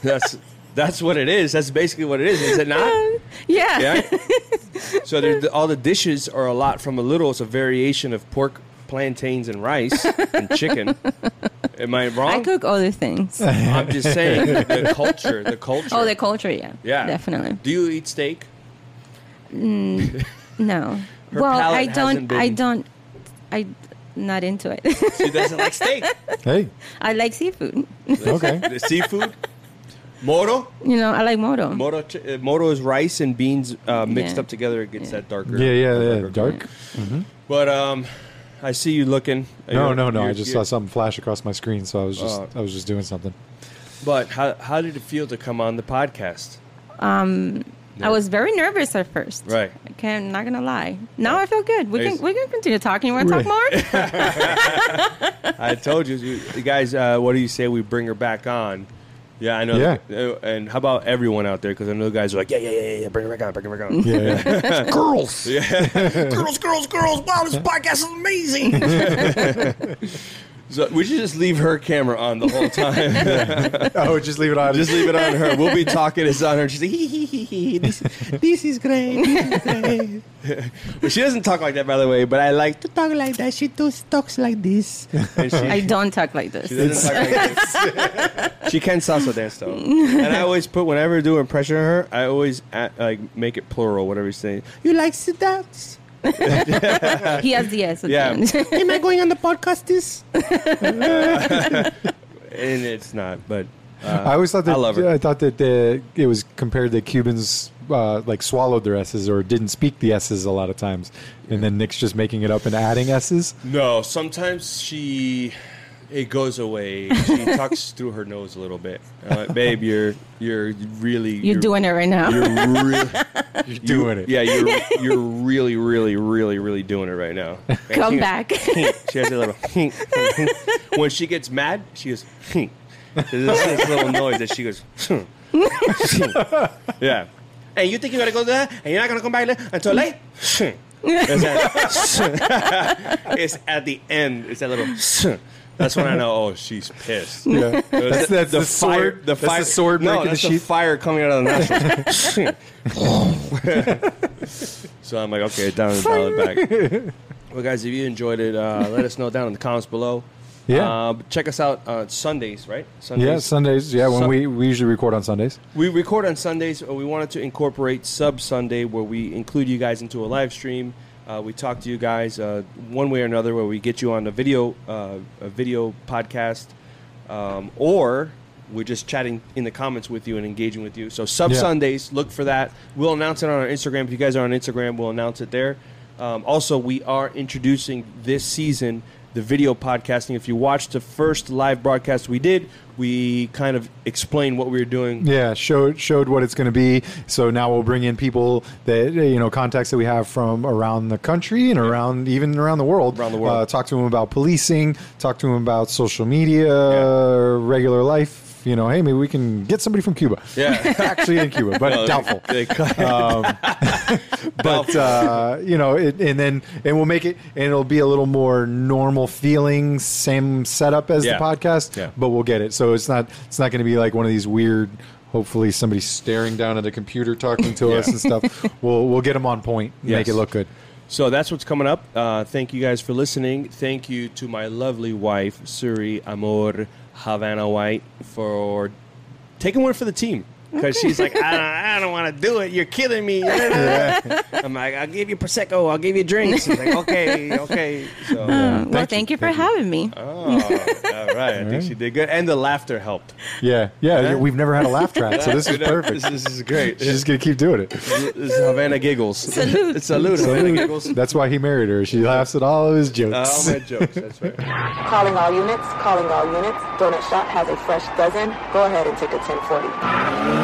Speaker 2: that's that's what it is. That's basically what it is. Is it not?
Speaker 4: Yeah.
Speaker 2: Yeah. so there's the, all the dishes are a lot from a little. It's a variation of pork, plantains, and rice and chicken. Am I wrong?
Speaker 4: I cook other things.
Speaker 2: I'm just saying the culture. The culture.
Speaker 4: oh, the culture. Yeah.
Speaker 2: yeah,
Speaker 4: Definitely.
Speaker 2: Do you eat steak?
Speaker 4: No.
Speaker 2: Her
Speaker 4: well,
Speaker 2: palate
Speaker 4: I
Speaker 2: hasn't
Speaker 4: don't. I
Speaker 2: been-
Speaker 4: don't. I not into it.
Speaker 2: She doesn't like steak.
Speaker 3: Hey,
Speaker 4: I like seafood.
Speaker 3: okay.
Speaker 2: the seafood. Moro.
Speaker 4: You know, I like moro.
Speaker 2: Moro, ch- uh, moro is rice and beans uh, mixed
Speaker 4: Yeah.
Speaker 2: up together. It gets that darker.
Speaker 3: Yeah, yeah, yeah.
Speaker 2: darker
Speaker 3: Dark.
Speaker 2: But um, I see you looking.
Speaker 3: No,
Speaker 2: You're-
Speaker 3: no, no.
Speaker 2: you're-
Speaker 3: I just
Speaker 2: you're-
Speaker 3: saw something flash across my screen, so I was just
Speaker 2: Oh.
Speaker 3: I was just doing something.
Speaker 2: But how how did it feel to come on the podcast?
Speaker 4: I was very nervous at first.
Speaker 2: Right.
Speaker 4: Okay, I'm not gonna lie. Now I feel good. We
Speaker 2: Nice.
Speaker 4: can we can continue talking. You want to talk more?
Speaker 2: I told you, you you guys. Uh, what do you say we bring her back on? Yeah, I know.
Speaker 3: Yeah.
Speaker 2: Uh, And how about everyone out there? Because I know the guys are like, yeah, yeah, yeah, yeah, yeah, bring her back on, bring her back on.
Speaker 3: Yeah, yeah.
Speaker 5: Girls.
Speaker 2: girls, girls, girls! Wow, this podcast is amazing. so we should just leave her camera on the whole time.
Speaker 3: oh, just leave it on.
Speaker 2: just leave it on her. We'll be talking. It's on her. She's like, hee hee hee hee. This, this is great. This is great. but she doesn't talk like that, by the way. But I like to talk like that. She does talks like this. And she,
Speaker 4: I don't talk like this.
Speaker 2: she doesn't talk like this. she can salsa dance though. And I always put whenever I do impression of her, I always act, like make it plural. Whatever you say. You like to dance.
Speaker 4: He has the S at
Speaker 2: Yeah.
Speaker 4: the end.
Speaker 2: Am I going on the podcast this? and it's not, but uh,
Speaker 3: I always thought that
Speaker 2: I love her.
Speaker 3: I thought that uh, it was compared that Cubans uh, like swallowed their s's or didn't speak the s's a lot of times, and then Nick's just making it up and adding s's.
Speaker 2: no. Sometimes she it goes away. She talks through her nose a little bit. I'm like, Babe, you're you're really
Speaker 4: You're doing it right now.
Speaker 2: You're really
Speaker 3: You're doing it.
Speaker 2: Yeah, you're you're really really really really doing it right now. And
Speaker 4: Come
Speaker 2: she-
Speaker 4: back.
Speaker 2: she has a little hink, hink, hink. when she gets mad she goes hink. there's this, this little noise that she goes "Hmm, hmm." yeah and you think you're gonna go there and you're not gonna come back there until late Hmm. That's that- it's at the end it's that little "Hmm." that's when I know oh she's pissed
Speaker 3: Yeah. That's, that's the,
Speaker 2: fire,
Speaker 3: sword.
Speaker 2: the
Speaker 3: that's
Speaker 2: fire,
Speaker 3: the sword
Speaker 2: no,
Speaker 3: breaking
Speaker 2: that's
Speaker 3: the
Speaker 2: the
Speaker 3: sheath.
Speaker 2: fire coming out of the nostrils. so I'm like, okay, down and dial it back. Well, guys, if you enjoyed it, uh, let us know down in the comments below.
Speaker 3: Yeah.
Speaker 2: Uh, check us out on Sundays, right? Sundays.
Speaker 3: yeah, Sundays. Yeah, when
Speaker 2: Sun-
Speaker 3: we we usually record on Sundays.
Speaker 2: We record on Sundays, but we wanted to incorporate Sub Sunday, where we include you guys into a live stream. Uh, we talk to you guys uh, one way or another, where we get you on a video, uh, a video podcast, um, or we're just chatting in the comments with you and engaging with you. So Sub
Speaker 3: Yeah.
Speaker 2: Sundays, look for that. We'll announce it on our Instagram. If you guys are on Instagram, we'll announce it there. Um, also, we are introducing this season the video podcasting. If you watched the first live broadcast we did, we kind of explained what we were doing
Speaker 3: Yeah, showed showed what it's going to be. So now we'll bring in people that you know contacts that we have from around the country and around even around the world.
Speaker 2: Mm-hmm. Around the world.
Speaker 3: uh, talk to them about policing. Talk to them about social media, regular life. You know, hey, maybe we can get somebody from Cuba.
Speaker 2: Yeah.
Speaker 3: actually in Cuba, but
Speaker 2: No,
Speaker 3: doubtful.
Speaker 2: they- they-
Speaker 3: But uh, you know, it, and then and we'll make it, and it'll be a little more normal feeling, same setup as
Speaker 2: Yeah.
Speaker 3: the podcast,
Speaker 2: Yeah.
Speaker 3: but we'll get it. So it's not it's not going to be like one of these weird. Hopefully, somebody's staring down at a computer talking to us
Speaker 2: Yeah.
Speaker 3: and stuff. We'll we'll get them on point,
Speaker 2: Yes.
Speaker 3: make it look good.
Speaker 2: so that's what's coming up. Uh, thank you guys for listening. Thank you to my lovely wife, Suri Amor Havana White, for taking one for the team. Because she's like, I don't, I don't want to do it. You're killing me. I'm like, I'll give you Prosecco. I'll give you drinks. She's like, okay, okay. So,
Speaker 4: well, thank you for having me.
Speaker 2: oh, all right. I think she did good. And the laughter helped.
Speaker 3: Yeah, yeah. We've never had a laugh track, so this is
Speaker 2: You know,
Speaker 3: perfect.
Speaker 2: This, this is great.
Speaker 3: She's just gonna keep doing it.
Speaker 2: This is Havana Giggles.
Speaker 4: Salute.
Speaker 2: Salute, Havana Giggles.
Speaker 3: That's why he married her. She laughs at all of his
Speaker 2: All
Speaker 3: jokes.
Speaker 2: Oh, my jokes. That's right.
Speaker 1: Calling all units, calling all units. Donut Shop has a fresh dozen. Go ahead and take a 1040.